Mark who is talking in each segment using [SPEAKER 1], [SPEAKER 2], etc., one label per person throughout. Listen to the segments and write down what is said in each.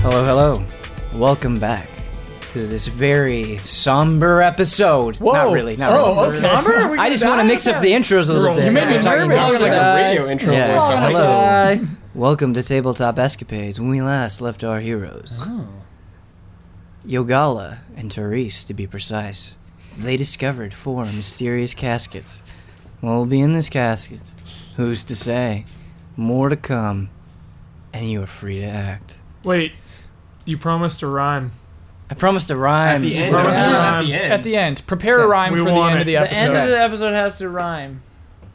[SPEAKER 1] Hello, hello. Welcome back to this very somber episode. Not really, not
[SPEAKER 2] Oh,
[SPEAKER 1] really.
[SPEAKER 2] okay. somber? Are we
[SPEAKER 1] I
[SPEAKER 2] gonna
[SPEAKER 1] just want to
[SPEAKER 2] die?
[SPEAKER 1] mix up the intros a little bit.
[SPEAKER 2] You made me
[SPEAKER 1] That's what I'm talking
[SPEAKER 2] nervous.
[SPEAKER 1] about.
[SPEAKER 2] That was like a radio intro
[SPEAKER 1] Yeah.
[SPEAKER 2] voice. I like
[SPEAKER 1] Hello.
[SPEAKER 2] that.
[SPEAKER 1] Welcome to Tabletop Escapades. When we last left our heroes,
[SPEAKER 2] Oh.
[SPEAKER 1] Yogala and Therese, to be precise, they discovered four mysterious caskets. What will be in this casket? Who's to say? More to come, and you are free to act.
[SPEAKER 3] Wait, you promised a rhyme.
[SPEAKER 1] I promised a rhyme.
[SPEAKER 4] the end.
[SPEAKER 3] Promised a
[SPEAKER 4] Yeah.
[SPEAKER 3] rhyme.
[SPEAKER 4] At the end.
[SPEAKER 2] At the end, prepare a rhyme
[SPEAKER 3] We
[SPEAKER 2] for the
[SPEAKER 3] want
[SPEAKER 2] end
[SPEAKER 3] it.
[SPEAKER 2] of the
[SPEAKER 3] The
[SPEAKER 2] episode.
[SPEAKER 4] The end of the episode has to rhyme.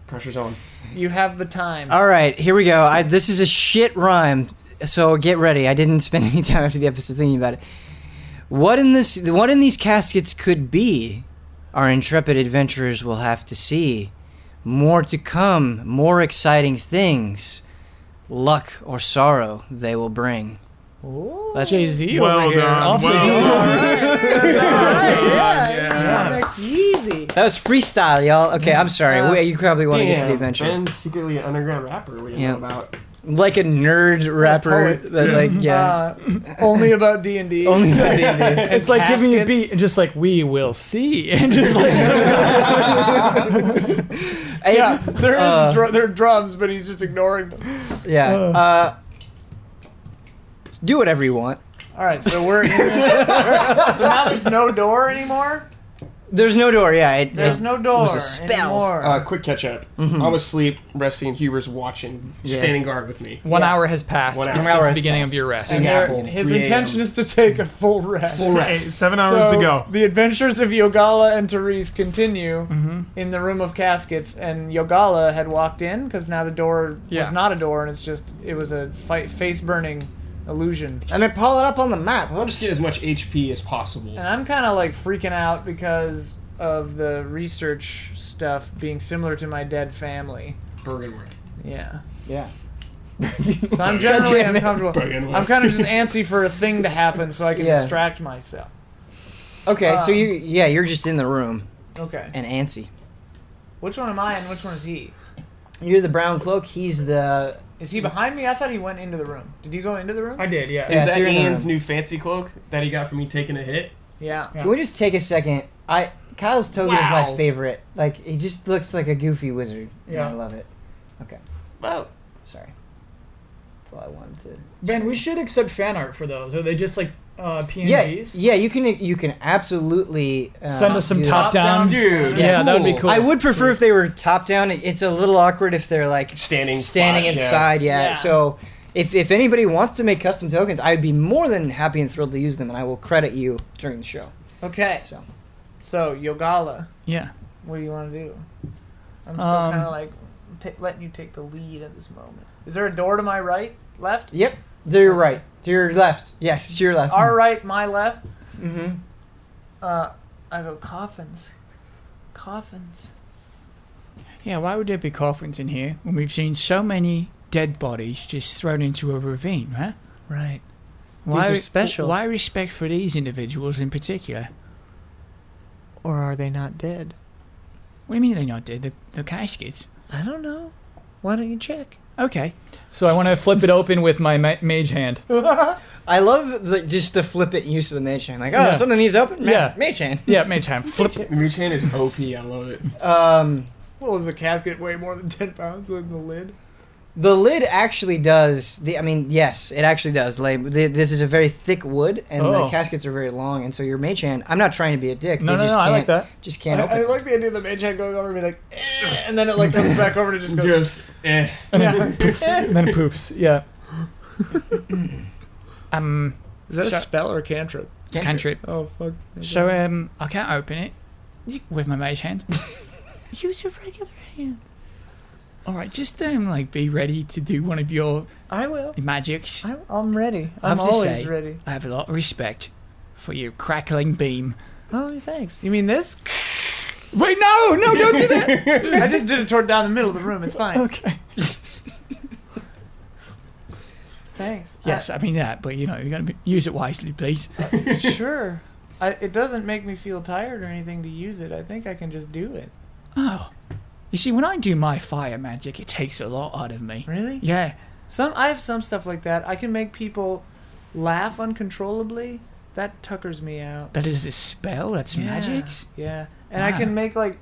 [SPEAKER 2] Pressure's on.
[SPEAKER 4] You have the time.
[SPEAKER 1] All right, here we go. I, this is a shit rhyme, so get ready. I didn't spend any time after the episode thinking about it. What in this? What in these caskets could be? Our intrepid adventurers will have to see. More to come, more exciting things. Luck or sorrow they will bring. That's
[SPEAKER 2] Jay Z
[SPEAKER 3] Well
[SPEAKER 2] over here.
[SPEAKER 3] done,
[SPEAKER 2] Off the
[SPEAKER 3] well
[SPEAKER 2] deep
[SPEAKER 3] done.
[SPEAKER 4] yeah,
[SPEAKER 3] Yeah.
[SPEAKER 4] That's easy.
[SPEAKER 1] That was freestyle, y'all. Okay, I'm sorry.
[SPEAKER 4] Uh,
[SPEAKER 1] Wait, you probably want to get to the adventure.
[SPEAKER 2] Ben's secretly an underground rapper. We
[SPEAKER 1] Yeah.
[SPEAKER 2] about.
[SPEAKER 1] Like a nerd rapper,
[SPEAKER 4] poet.
[SPEAKER 1] that like yeah,
[SPEAKER 4] Uh, only about D and D.
[SPEAKER 1] only about D&D.
[SPEAKER 2] It's like giving you a
[SPEAKER 4] Caskets.
[SPEAKER 2] beat and just like we will see and just like
[SPEAKER 1] Hey,
[SPEAKER 4] Yeah, there is
[SPEAKER 1] Uh,
[SPEAKER 4] dru- there are drums, but he's just ignoring them.
[SPEAKER 1] Yeah.
[SPEAKER 2] Ugh.
[SPEAKER 1] Uh, do whatever you want.
[SPEAKER 4] All right, so we're in this. so now there's no door anymore.
[SPEAKER 1] There's no door. Yeah. It,
[SPEAKER 4] There's
[SPEAKER 1] it-
[SPEAKER 4] no door
[SPEAKER 1] was a spell.
[SPEAKER 4] anymore.
[SPEAKER 5] Uh, quick catch up. I was asleep, resting. Huber's watching,
[SPEAKER 1] Yeah.
[SPEAKER 5] standing guard with me.
[SPEAKER 2] one hour has passed
[SPEAKER 5] One hour.
[SPEAKER 2] since
[SPEAKER 1] One hour
[SPEAKER 2] the
[SPEAKER 1] has
[SPEAKER 2] beginning of your rest.
[SPEAKER 4] and
[SPEAKER 5] Six
[SPEAKER 4] there-
[SPEAKER 5] apple,
[SPEAKER 4] his
[SPEAKER 5] 3 a.m.
[SPEAKER 4] intention is to take a full rest.
[SPEAKER 5] Full
[SPEAKER 3] Hey,
[SPEAKER 5] rest.
[SPEAKER 3] seven hours
[SPEAKER 4] so
[SPEAKER 3] ago.
[SPEAKER 4] The adventures of Yogala and Therese continue
[SPEAKER 2] mm-hmm.
[SPEAKER 4] in the room of caskets, and Yogala had walked in because now the door
[SPEAKER 2] Yeah.
[SPEAKER 4] was not a door, and it's just it was a fight, face burning illusion.
[SPEAKER 1] I mean, pull it up on the map.
[SPEAKER 5] I'll just get as much HP as possible.
[SPEAKER 4] And I'm kind of like freaking out because of the research stuff being similar to my dead family.
[SPEAKER 5] Bergenworth.
[SPEAKER 4] Yeah.
[SPEAKER 1] Yeah.
[SPEAKER 4] So I'm generally
[SPEAKER 1] Goddamn it.
[SPEAKER 4] uncomfortable.
[SPEAKER 5] Bergenworth.
[SPEAKER 4] I'm kind of just antsy for a thing to happen so I can
[SPEAKER 1] Yeah.
[SPEAKER 4] distract myself.
[SPEAKER 1] Okay. so
[SPEAKER 4] Um,
[SPEAKER 1] you, yeah, you're just in the room
[SPEAKER 4] Okay.
[SPEAKER 1] and antsy.
[SPEAKER 4] Which one am I and which one is he?
[SPEAKER 1] You're the brown cloak. He's the.
[SPEAKER 4] Is he behind me? I thought he went into the room. Did you go into the room?
[SPEAKER 2] I did, yeah.
[SPEAKER 1] Yeah,
[SPEAKER 5] Is
[SPEAKER 1] so
[SPEAKER 5] that
[SPEAKER 1] you're in the
[SPEAKER 5] Ian's
[SPEAKER 1] room.
[SPEAKER 5] new fancy cloak that he got from me taking a hit?
[SPEAKER 4] Yeah.
[SPEAKER 1] Can we just take a second? I Kyle's toga is my
[SPEAKER 5] Wow.
[SPEAKER 1] favorite. Like he just looks like a goofy wizard. Yeah.
[SPEAKER 2] Yeah.
[SPEAKER 1] I love it.
[SPEAKER 5] Well,
[SPEAKER 1] Sorry. That's all I wanted to.
[SPEAKER 2] Ben, we should accept fan art for those. Are they just like uh,
[SPEAKER 1] Yeah.
[SPEAKER 2] PNGs?
[SPEAKER 1] Yeah. You can. You can absolutely uh,
[SPEAKER 2] Send us some
[SPEAKER 1] do that.
[SPEAKER 2] top down.
[SPEAKER 4] Top-down
[SPEAKER 5] dude.
[SPEAKER 2] Um, Yeah, that would be cool.
[SPEAKER 1] I would prefer if they were top down. It- It's a little awkward if they're like
[SPEAKER 5] Standing
[SPEAKER 1] standing
[SPEAKER 5] spot, yeah.
[SPEAKER 1] inside. Yeah.
[SPEAKER 4] Yeah.
[SPEAKER 1] So if, if anybody wants to make custom tokens, I'd be more than happy and thrilled to use them, and I will credit you during the show.
[SPEAKER 4] Okay.
[SPEAKER 1] So
[SPEAKER 4] So Yogala,
[SPEAKER 2] Yeah.
[SPEAKER 4] what do you want to do? I'm still
[SPEAKER 2] Um,
[SPEAKER 4] kind of like ta letting you take the lead at this moment. Is there a door to my right, left?
[SPEAKER 1] yep, to your right, to your left. Yes, to your left.
[SPEAKER 4] Our right, my left.
[SPEAKER 1] Mm-hmm.
[SPEAKER 4] Uh, I go coffins, coffins.
[SPEAKER 2] Yeah, why would there be coffins in here when we've seen so many dead bodies just thrown into a ravine, huh?
[SPEAKER 4] Right.
[SPEAKER 2] Why,
[SPEAKER 4] are special.
[SPEAKER 2] Why respect for these individuals in particular?
[SPEAKER 4] Or are they not dead?
[SPEAKER 2] What do you mean they're not dead? They're, they're caskets.
[SPEAKER 4] I don't know. Why don't you check?
[SPEAKER 2] Okay. So I want to flip it open with my ma- mage hand.
[SPEAKER 1] I love the, just the flippant use of the mage hand. Like, oh,
[SPEAKER 2] Yeah.
[SPEAKER 1] something needs open. Ma-
[SPEAKER 2] Yeah.
[SPEAKER 1] mage hand.
[SPEAKER 2] Yeah, mage hand. Flip.
[SPEAKER 5] Muchan is OP. I love it.
[SPEAKER 1] Um,
[SPEAKER 4] Well, does the casket weigh more than ten pounds than the lid?
[SPEAKER 1] the lid actually does. The, I mean, yes, it actually does. Lay, the, this is a very thick wood, and the
[SPEAKER 2] Oh.
[SPEAKER 1] caskets are very long, and so your mage hand. I'm not trying to be a dick.
[SPEAKER 2] No,
[SPEAKER 1] they
[SPEAKER 2] no,
[SPEAKER 1] just
[SPEAKER 2] no. I
[SPEAKER 1] can't-
[SPEAKER 2] like that.
[SPEAKER 1] Just can't open.
[SPEAKER 4] I, I
[SPEAKER 1] it.
[SPEAKER 4] like the idea of the mage hand going over and be like, eh, and then it like comes back over and it just goes.
[SPEAKER 5] Just, eh.
[SPEAKER 4] Yeah.
[SPEAKER 2] And then it poofs. Yeah. um,
[SPEAKER 4] Is that
[SPEAKER 2] Shut-
[SPEAKER 4] a spell or a cantrip?
[SPEAKER 2] it's cantrip.
[SPEAKER 4] Oh fuck.
[SPEAKER 2] So um, I can't open it You- with my mage hand.
[SPEAKER 4] use your regular hand.
[SPEAKER 2] All right, just um, like be ready to do one of your
[SPEAKER 4] I will.
[SPEAKER 2] magics.
[SPEAKER 4] I'm, I'm ready.
[SPEAKER 2] I have
[SPEAKER 4] I'm
[SPEAKER 2] to
[SPEAKER 4] always
[SPEAKER 2] say-
[SPEAKER 4] ready.
[SPEAKER 2] I have a lot of respect for your crackling beam.
[SPEAKER 4] Oh, thanks. You mean this?
[SPEAKER 2] Wait, no, no, don't do that.
[SPEAKER 4] I just did it toward down the middle of the room. It's fine.
[SPEAKER 2] okay.
[SPEAKER 4] Thanks.
[SPEAKER 2] Yes, I mean that, but you know, you gotta be, use it wisely, please.
[SPEAKER 4] I- sure. I, it doesn't make me feel tired or anything to use it. I think I can just do it.
[SPEAKER 2] Oh, you see, when I do my fire magic, it takes a lot out of me.
[SPEAKER 4] Really?
[SPEAKER 2] Yeah,
[SPEAKER 4] Some I have some stuff like that. I can make people laugh uncontrollably, that tuckers me out.
[SPEAKER 2] That is a spell. That's
[SPEAKER 4] Yeah.
[SPEAKER 2] magic.
[SPEAKER 4] Yeah. And I
[SPEAKER 2] Wow.
[SPEAKER 4] can make like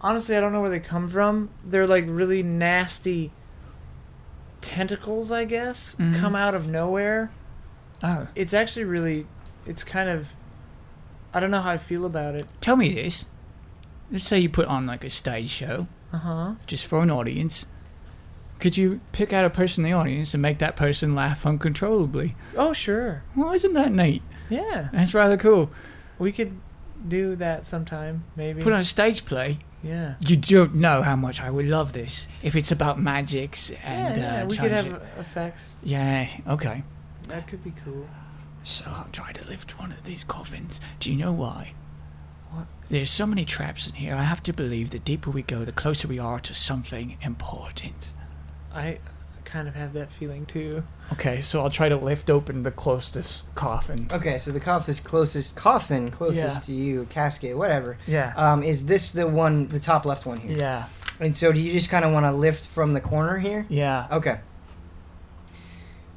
[SPEAKER 4] honestly I don't know where they come from. They're like really nasty tentacles, I guess,
[SPEAKER 2] Mhm.
[SPEAKER 4] come out of nowhere.
[SPEAKER 2] Oh,
[SPEAKER 4] It's actually really it's kind of I don't know how I feel about it.
[SPEAKER 2] tell me this. Let's say you put on like a stage show
[SPEAKER 4] Uh-huh.
[SPEAKER 2] just for an audience. Could you pick out a person in the audience and make that person laugh uncontrollably?
[SPEAKER 4] Oh, sure.
[SPEAKER 2] Well, isn't that neat?
[SPEAKER 4] Yeah.
[SPEAKER 2] That's rather cool.
[SPEAKER 4] We could do that sometime, maybe.
[SPEAKER 2] Put on a stage play.
[SPEAKER 4] yeah.
[SPEAKER 2] You don't know how much I would love this if it's about magics and
[SPEAKER 4] yeah, yeah,
[SPEAKER 2] uh,
[SPEAKER 4] we could have
[SPEAKER 2] challenge it.
[SPEAKER 4] effects.
[SPEAKER 2] Yeah, okay.
[SPEAKER 4] That could be cool.
[SPEAKER 2] So I'm trying to lift one of these coffins. Do you know why?
[SPEAKER 4] What?
[SPEAKER 2] There's so many traps in here. I have to believe the deeper we go, the closer we are to something important.
[SPEAKER 4] I kind of have that feeling too.
[SPEAKER 2] Okay, so I'll try to lift open the closest coffin.
[SPEAKER 1] Okay, so the coffin is closest coffin closest
[SPEAKER 4] Yeah.
[SPEAKER 1] to you, casket, whatever.
[SPEAKER 2] Yeah.
[SPEAKER 1] Um, is this the one, the top left one here?
[SPEAKER 2] yeah.
[SPEAKER 1] And so, do you just kind of want to lift from the corner here?
[SPEAKER 2] Yeah.
[SPEAKER 1] Okay.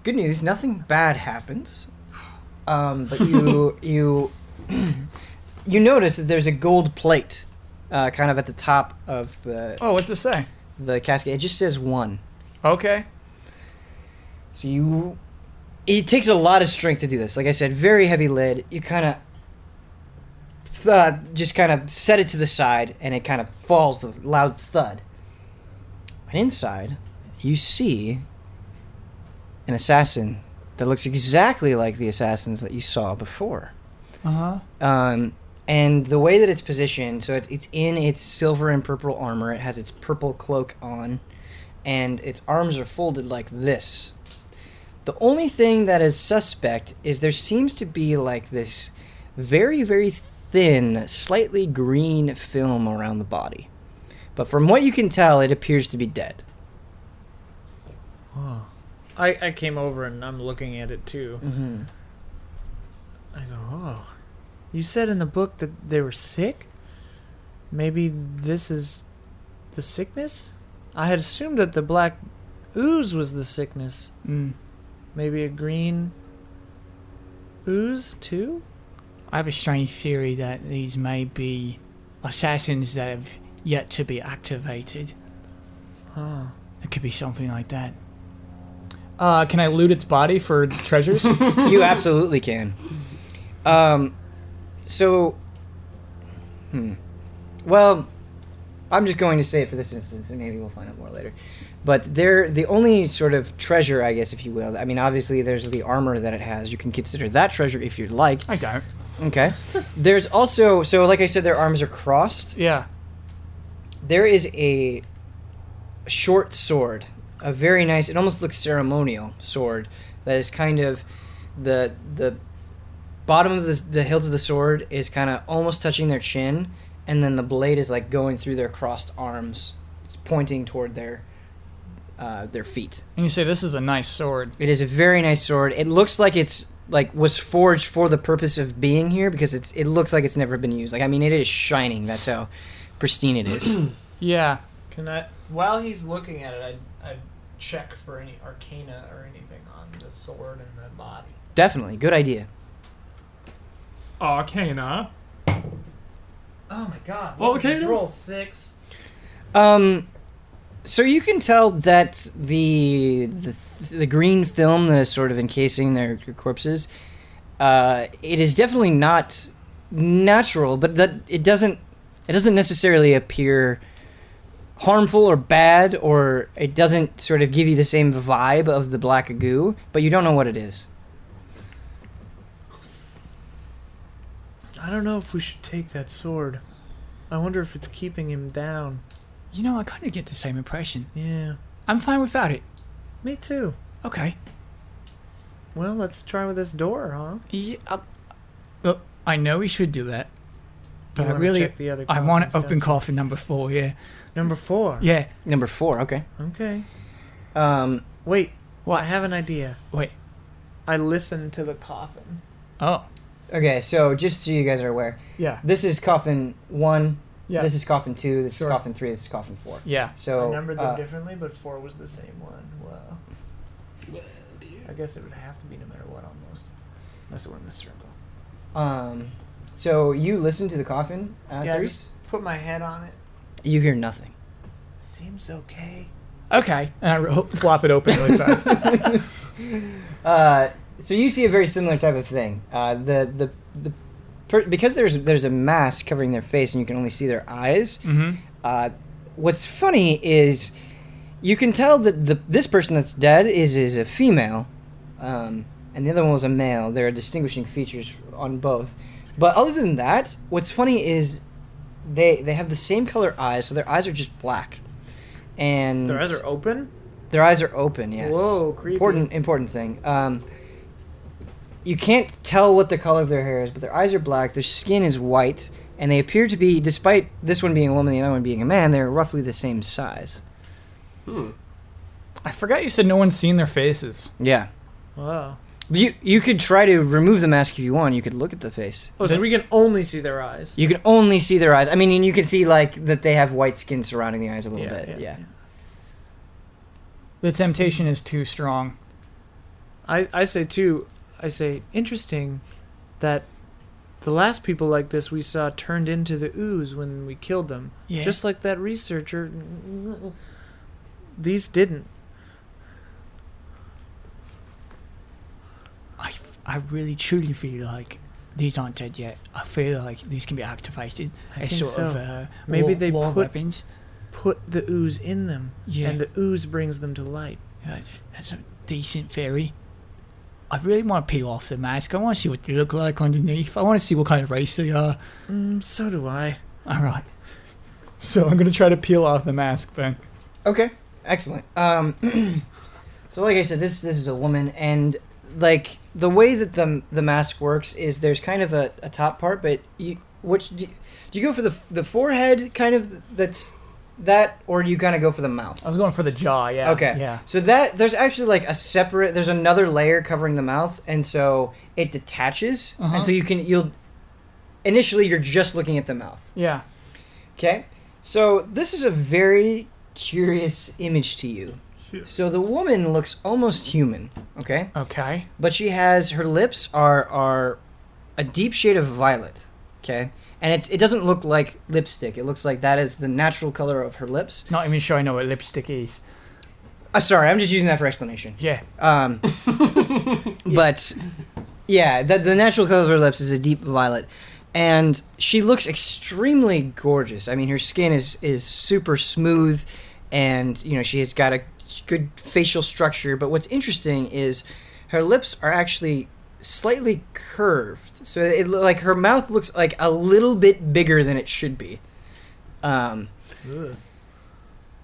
[SPEAKER 1] Good news, nothing bad happens. Um, but you you you notice that there's a gold plate, uh, kind of at the top of the
[SPEAKER 2] Oh, what's it say?
[SPEAKER 1] the casket. It just says one.
[SPEAKER 2] Okay.
[SPEAKER 1] So you, it takes a lot of strength to do this. Like I said, very heavy lid. You kind of. Thud, just kind of set it to the side, and it kind of falls with a loud thud. And inside, you see an assassin that looks exactly like the assassins that you saw before.
[SPEAKER 2] Uh huh.
[SPEAKER 1] Um, and the way that it's positioned, so it's, it's in its silver and purple armor. It has its purple cloak on, and its arms are folded like this. The only thing that is suspect is there seems to be like this very, very thin, slightly green film around the body. But from what you can tell, it appears to be dead.
[SPEAKER 4] Oh. I, I came over and I'm looking at it too.
[SPEAKER 1] Mm-hmm.
[SPEAKER 4] I go, oh. You said in the book that they were sick? Maybe this is the sickness? I had assumed that the black ooze was the sickness.
[SPEAKER 2] Mm.
[SPEAKER 4] Maybe a green ooze too?
[SPEAKER 2] I have a strange theory that these may be assassins that have yet to be activated.
[SPEAKER 4] Huh.
[SPEAKER 2] It could be something like that. Uh, can I loot its body for treasures?
[SPEAKER 1] you absolutely can. Um, so, hmm. Well, I'm just going to say it for this instance, and maybe we'll find out more later. But they're the only sort of treasure, I guess, if you will. I mean, obviously, there's the armor that it has. You can consider that treasure if you'd like.
[SPEAKER 2] I don't.
[SPEAKER 1] Okay. There's also, so like I said, their arms are crossed.
[SPEAKER 2] Yeah.
[SPEAKER 1] There is a short sword, a very nice. It almost looks ceremonial sword that is kind of the the bottom of the the hilt of the sword is kind of almost touching their chin, and then the blade is like going through their crossed arms, it's pointing toward their uh, their feet.
[SPEAKER 2] And you say this is a nice sword.
[SPEAKER 1] It is a very nice sword. It looks like it's like was forged for the purpose of being here because it's it looks like it's never been used. Like I mean, it is shining. That's how pristine it is.
[SPEAKER 2] Yeah.
[SPEAKER 4] Can I, while he's looking at it, I, I check for any arcana or anything on the sword and the body.
[SPEAKER 1] Definitely good idea.
[SPEAKER 3] Arcana.
[SPEAKER 4] Oh my god.
[SPEAKER 3] What was this? Arcana?
[SPEAKER 4] Roll six.
[SPEAKER 1] Um, so you can tell that the the, the green film that is sort of encasing their, their corpses, uh, it is definitely not natural, but that it doesn't it doesn't necessarily appear harmful or bad, or it doesn't sort of give you the same vibe of the black goo, but you don't know what it is.
[SPEAKER 4] I don't know if we should take that sword. I wonder if it's keeping him down.
[SPEAKER 2] You know, I kind of get the same impression.
[SPEAKER 4] Yeah.
[SPEAKER 2] I'm fine without it.
[SPEAKER 4] Me too.
[SPEAKER 2] Okay.
[SPEAKER 4] Well, let's try with this door, huh?
[SPEAKER 2] Yeah, uh, look, I know we should do that, but
[SPEAKER 4] You
[SPEAKER 2] I
[SPEAKER 4] wanna
[SPEAKER 2] really,
[SPEAKER 4] check the other
[SPEAKER 2] I want
[SPEAKER 4] coffins
[SPEAKER 2] to open
[SPEAKER 4] down.
[SPEAKER 2] coffin number four. Yeah.
[SPEAKER 4] number four.
[SPEAKER 2] Yeah.
[SPEAKER 1] Number four, okay.
[SPEAKER 4] Okay.
[SPEAKER 1] Um,
[SPEAKER 4] Wait.
[SPEAKER 2] What?
[SPEAKER 4] I have an idea.
[SPEAKER 2] Wait.
[SPEAKER 4] I listened to the coffin.
[SPEAKER 2] Oh.
[SPEAKER 1] okay, so just so you guys are aware,
[SPEAKER 4] Yeah.
[SPEAKER 1] this is coffin one.
[SPEAKER 4] Yeah.
[SPEAKER 1] This is coffin two. This
[SPEAKER 4] Sure.
[SPEAKER 1] is coffin three. This is coffin four.
[SPEAKER 2] Yeah.
[SPEAKER 1] So
[SPEAKER 4] I numbered them
[SPEAKER 1] uh,
[SPEAKER 4] differently, but four was the same one. Wow.
[SPEAKER 5] Well, dude.
[SPEAKER 4] I guess it would have to be no matter what, almost. Unless it were in the circle.
[SPEAKER 1] Um, so you listen to the coffin, uh,
[SPEAKER 4] Yeah, I
[SPEAKER 1] Therese?
[SPEAKER 4] Put my head on it.
[SPEAKER 1] You hear nothing.
[SPEAKER 4] Seems okay.
[SPEAKER 2] Okay. And I ro- flop it open really fast.
[SPEAKER 1] Uh, so you see a very similar type of thing. Uh, the the the per- because there's there's a mask covering their face and you can only see their eyes.
[SPEAKER 2] mm-hmm.
[SPEAKER 1] Uh, what's funny is you can tell that the this person that's dead is is a female, um, and the other one was a male. There are distinguishing features on both, but other than that, what's funny is they they have the same color eyes, so their eyes are just black, and
[SPEAKER 4] Their eyes are open?
[SPEAKER 1] their eyes are open. Yes.
[SPEAKER 4] Whoa, creepy.
[SPEAKER 1] Important important thing. Um, you can't tell what the color of their hair is, but their eyes are black. Their skin is white, and they appear to be, despite this one being a woman, and the other one being a man, they're roughly the same size.
[SPEAKER 5] Hmm.
[SPEAKER 2] I forgot you said no one's seen their faces.
[SPEAKER 1] Yeah.
[SPEAKER 4] Wow.
[SPEAKER 1] You you could try to remove the mask if you want. You could look at the face.
[SPEAKER 4] Oh, so we can only see their eyes.
[SPEAKER 1] You can only see their eyes. I mean, and you can see like that they have white skin surrounding the eyes a little
[SPEAKER 4] Yeah,
[SPEAKER 1] bit. Yeah.
[SPEAKER 4] yeah,
[SPEAKER 2] The temptation is too strong.
[SPEAKER 4] I, I say, too, I say, interesting that the last people like this we saw turned into the ooze when we killed them.
[SPEAKER 2] Yeah.
[SPEAKER 4] Just like that researcher. These didn't.
[SPEAKER 2] I, f- I really truly feel like these aren't dead yet. I feel like these can be activated
[SPEAKER 4] I
[SPEAKER 2] as
[SPEAKER 4] think
[SPEAKER 2] sort of
[SPEAKER 4] so.
[SPEAKER 2] uh,
[SPEAKER 4] Maybe
[SPEAKER 2] war,
[SPEAKER 4] they
[SPEAKER 2] war
[SPEAKER 4] put-
[SPEAKER 2] weapons.
[SPEAKER 4] Put the ooze in them,
[SPEAKER 2] Yeah,
[SPEAKER 4] and the ooze brings them to light.
[SPEAKER 2] that- that's a decent theory. I really want to peel off the mask. I want to see what they look like underneath. I want to see what kind of race they are.
[SPEAKER 4] Mm, so do I.
[SPEAKER 2] All right. So I'm gonna try to peel off the mask then.
[SPEAKER 1] Okay, excellent. Um, so like I said, this this is a woman, and like the way that the the mask works is there's kind of a, a top part, but you which do you, do you go for the the forehead kind of that's that, or do you kind of go for the mouth?
[SPEAKER 2] I was going for the jaw. Yeah.
[SPEAKER 1] Okay.
[SPEAKER 2] Yeah.
[SPEAKER 1] So that there's actually like a separate there's another layer covering the mouth and so it detaches
[SPEAKER 2] Uh-huh.
[SPEAKER 1] and so you can you'll initially you're just looking at the mouth.
[SPEAKER 2] Yeah.
[SPEAKER 1] Okay. So this is a very curious image to you. So the woman looks almost human, okay?
[SPEAKER 2] Okay.
[SPEAKER 1] But she has her lips are are a deep shade of violet, okay? And it's it doesn't look like lipstick. It looks like that is the natural color of her lips.
[SPEAKER 2] Not even sure I know what lipstick is.
[SPEAKER 1] I'm sorry, I'm just using that for explanation.
[SPEAKER 2] Yeah.
[SPEAKER 1] Um, but yeah, the, the natural color of her lips is a deep violet, and she looks extremely gorgeous. I mean, her skin is is super smooth, and you know she has got a good facial structure. But what's interesting is her lips are actually slightly curved, so it lo- like her mouth looks like a little bit bigger than it should be. Um,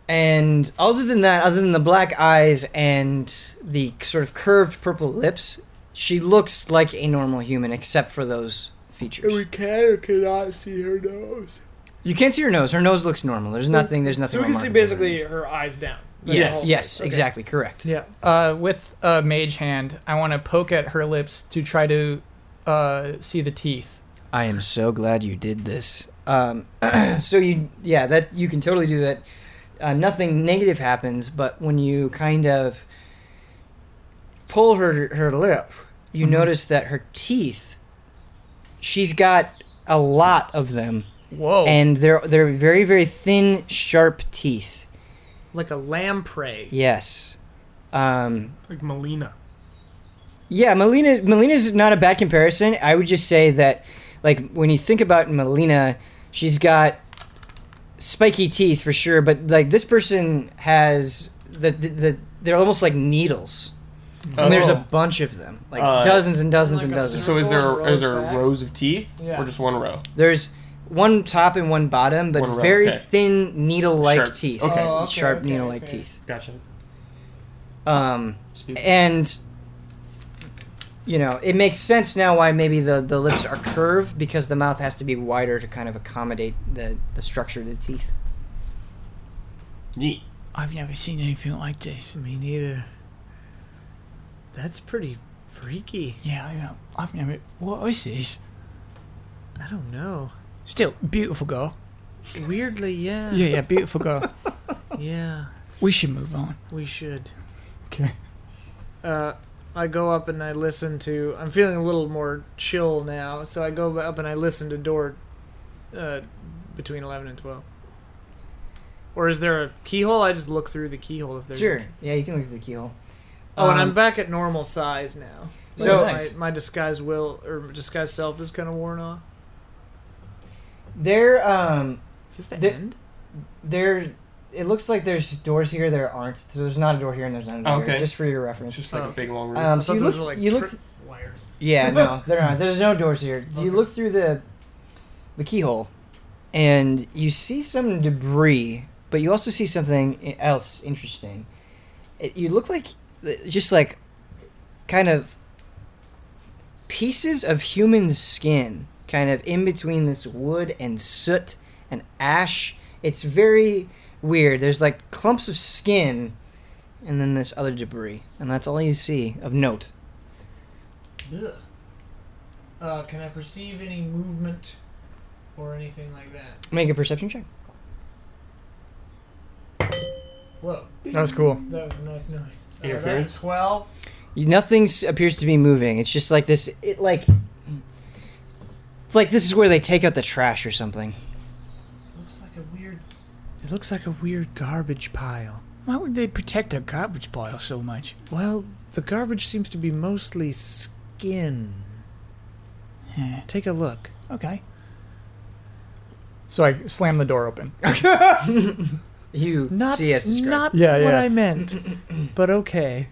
[SPEAKER 1] and other than that, other than the black eyes and the sort of curved purple lips, she looks like a normal human except for those features.
[SPEAKER 5] can or cannot see her nose.
[SPEAKER 1] You can't see her nose. Her nose looks normal. There's nothing. There's nothing.
[SPEAKER 5] So we can see
[SPEAKER 1] remarkable about her
[SPEAKER 5] basically
[SPEAKER 1] nose.
[SPEAKER 5] her eyes down.
[SPEAKER 1] Yes.
[SPEAKER 5] Okay.
[SPEAKER 1] Yes.
[SPEAKER 5] Okay.
[SPEAKER 1] Exactly. Correct.
[SPEAKER 4] Yeah.
[SPEAKER 2] Uh, with a mage hand, I want to poke at her lips to try to uh, see the teeth.
[SPEAKER 1] I am so glad you did this. Um, so you, yeah, that you can totally do that. Uh, nothing negative happens, but when you kind of pull her her lip, you
[SPEAKER 5] Mm-hmm.
[SPEAKER 2] Mhm.
[SPEAKER 1] notice that her teeth. She's got a lot of them,
[SPEAKER 5] Oh.
[SPEAKER 2] Whoa.
[SPEAKER 1] and they're they're very very thin, sharp teeth.
[SPEAKER 4] Like a lamprey.
[SPEAKER 1] Yes. Um,
[SPEAKER 3] Like Melina.
[SPEAKER 1] Yeah, Melina. Melina's not a bad comparison. I would just say that, like, when you think about Melina, she's got spiky teeth for sure. But like this person has the the, the they're almost like needles.
[SPEAKER 5] Oh.
[SPEAKER 1] And there's a bunch of them, like
[SPEAKER 5] Uh,
[SPEAKER 1] dozens and dozens and
[SPEAKER 4] Like a
[SPEAKER 1] dozens.
[SPEAKER 5] So is there
[SPEAKER 4] Rows
[SPEAKER 5] is there
[SPEAKER 4] back?
[SPEAKER 5] rows of teeth
[SPEAKER 4] Yeah.
[SPEAKER 5] or just one row?
[SPEAKER 1] There's one top and one bottom, but
[SPEAKER 5] One row,
[SPEAKER 1] very
[SPEAKER 5] okay.
[SPEAKER 1] thin needle-like
[SPEAKER 5] Sharp.
[SPEAKER 1] teeth.
[SPEAKER 5] Okay. Oh,
[SPEAKER 4] okay,
[SPEAKER 1] Sharp
[SPEAKER 4] okay,
[SPEAKER 1] needle-like
[SPEAKER 4] okay.
[SPEAKER 1] teeth.
[SPEAKER 5] Gotcha.
[SPEAKER 1] Um, and you know it makes sense now why maybe the, the lips are curved because the mouth has to be wider to kind of accommodate the, the structure of the teeth
[SPEAKER 5] Neat.
[SPEAKER 2] I've never seen anything like this.
[SPEAKER 4] Me neither. That's pretty freaky.
[SPEAKER 2] Yeah, I know. I've never. What is this?
[SPEAKER 4] I don't know.
[SPEAKER 2] Still, beautiful girl.
[SPEAKER 4] Weirdly, yeah.
[SPEAKER 2] Yeah, yeah, beautiful girl.
[SPEAKER 4] Yeah,
[SPEAKER 2] we should move on.
[SPEAKER 4] we should.
[SPEAKER 2] Okay.
[SPEAKER 4] Uh, I go up and I listen to. I'm feeling a little more chill now, so I go up and I listen to door uh, between 11 and 12. Or is there a keyhole? I just look through the keyhole if there's. a-
[SPEAKER 1] Sure. Yeah, you can look at the keyhole.
[SPEAKER 4] oh, and I'm
[SPEAKER 1] Um,
[SPEAKER 4] back at normal size now.
[SPEAKER 1] So-
[SPEAKER 4] So
[SPEAKER 1] Nice.
[SPEAKER 4] my, my disguise will or disguise self is kind of worn off.
[SPEAKER 1] There, um,
[SPEAKER 4] Is this the,
[SPEAKER 1] The-
[SPEAKER 4] end?
[SPEAKER 1] there. It looks like there's doors here. There aren't. So there's not a door here, and there's not a door here.
[SPEAKER 5] Okay.
[SPEAKER 1] Just for your
[SPEAKER 5] It's
[SPEAKER 1] reference.
[SPEAKER 5] just like
[SPEAKER 4] Oh.
[SPEAKER 5] a big long room.
[SPEAKER 1] Um,
[SPEAKER 4] I
[SPEAKER 1] so
[SPEAKER 4] thought
[SPEAKER 1] you
[SPEAKER 4] those
[SPEAKER 1] look.
[SPEAKER 4] were like
[SPEAKER 1] you look.
[SPEAKER 4] trip wires.
[SPEAKER 1] Yeah, no, there aren't. There's no doors here. So You
[SPEAKER 4] Okay.
[SPEAKER 1] look through the the keyhole, and you see some debris, but you also see something i- else interesting. It, you look like uh, just like kind of pieces of human skin, kind of in between this wood and soot and ash. It's very weird. There's like clumps of skin, and then this other debris, and that's all you see of note.
[SPEAKER 4] Ugh. Uh, can I perceive any movement or anything like that?
[SPEAKER 1] Make a perception check.
[SPEAKER 4] Whoa,
[SPEAKER 2] That was cool.
[SPEAKER 4] that was a nice noise. Uh,
[SPEAKER 5] Interference?
[SPEAKER 4] that's a 12.
[SPEAKER 1] Nothing s- appears to be moving. It's just like this. It like it's like this is where they take out the trash or something.
[SPEAKER 4] Looks like a weird. It looks like a weird garbage pile.
[SPEAKER 2] Why would they protect their garbage pile so much?
[SPEAKER 4] Well, the garbage seems to be mostly skin.
[SPEAKER 2] Yeah.
[SPEAKER 4] Take a look.
[SPEAKER 2] Okay. So I slam the door open.
[SPEAKER 1] You
[SPEAKER 4] Not,
[SPEAKER 1] see as described.
[SPEAKER 4] not
[SPEAKER 2] Yeah,
[SPEAKER 4] what
[SPEAKER 2] yeah.
[SPEAKER 4] I meant, but okay.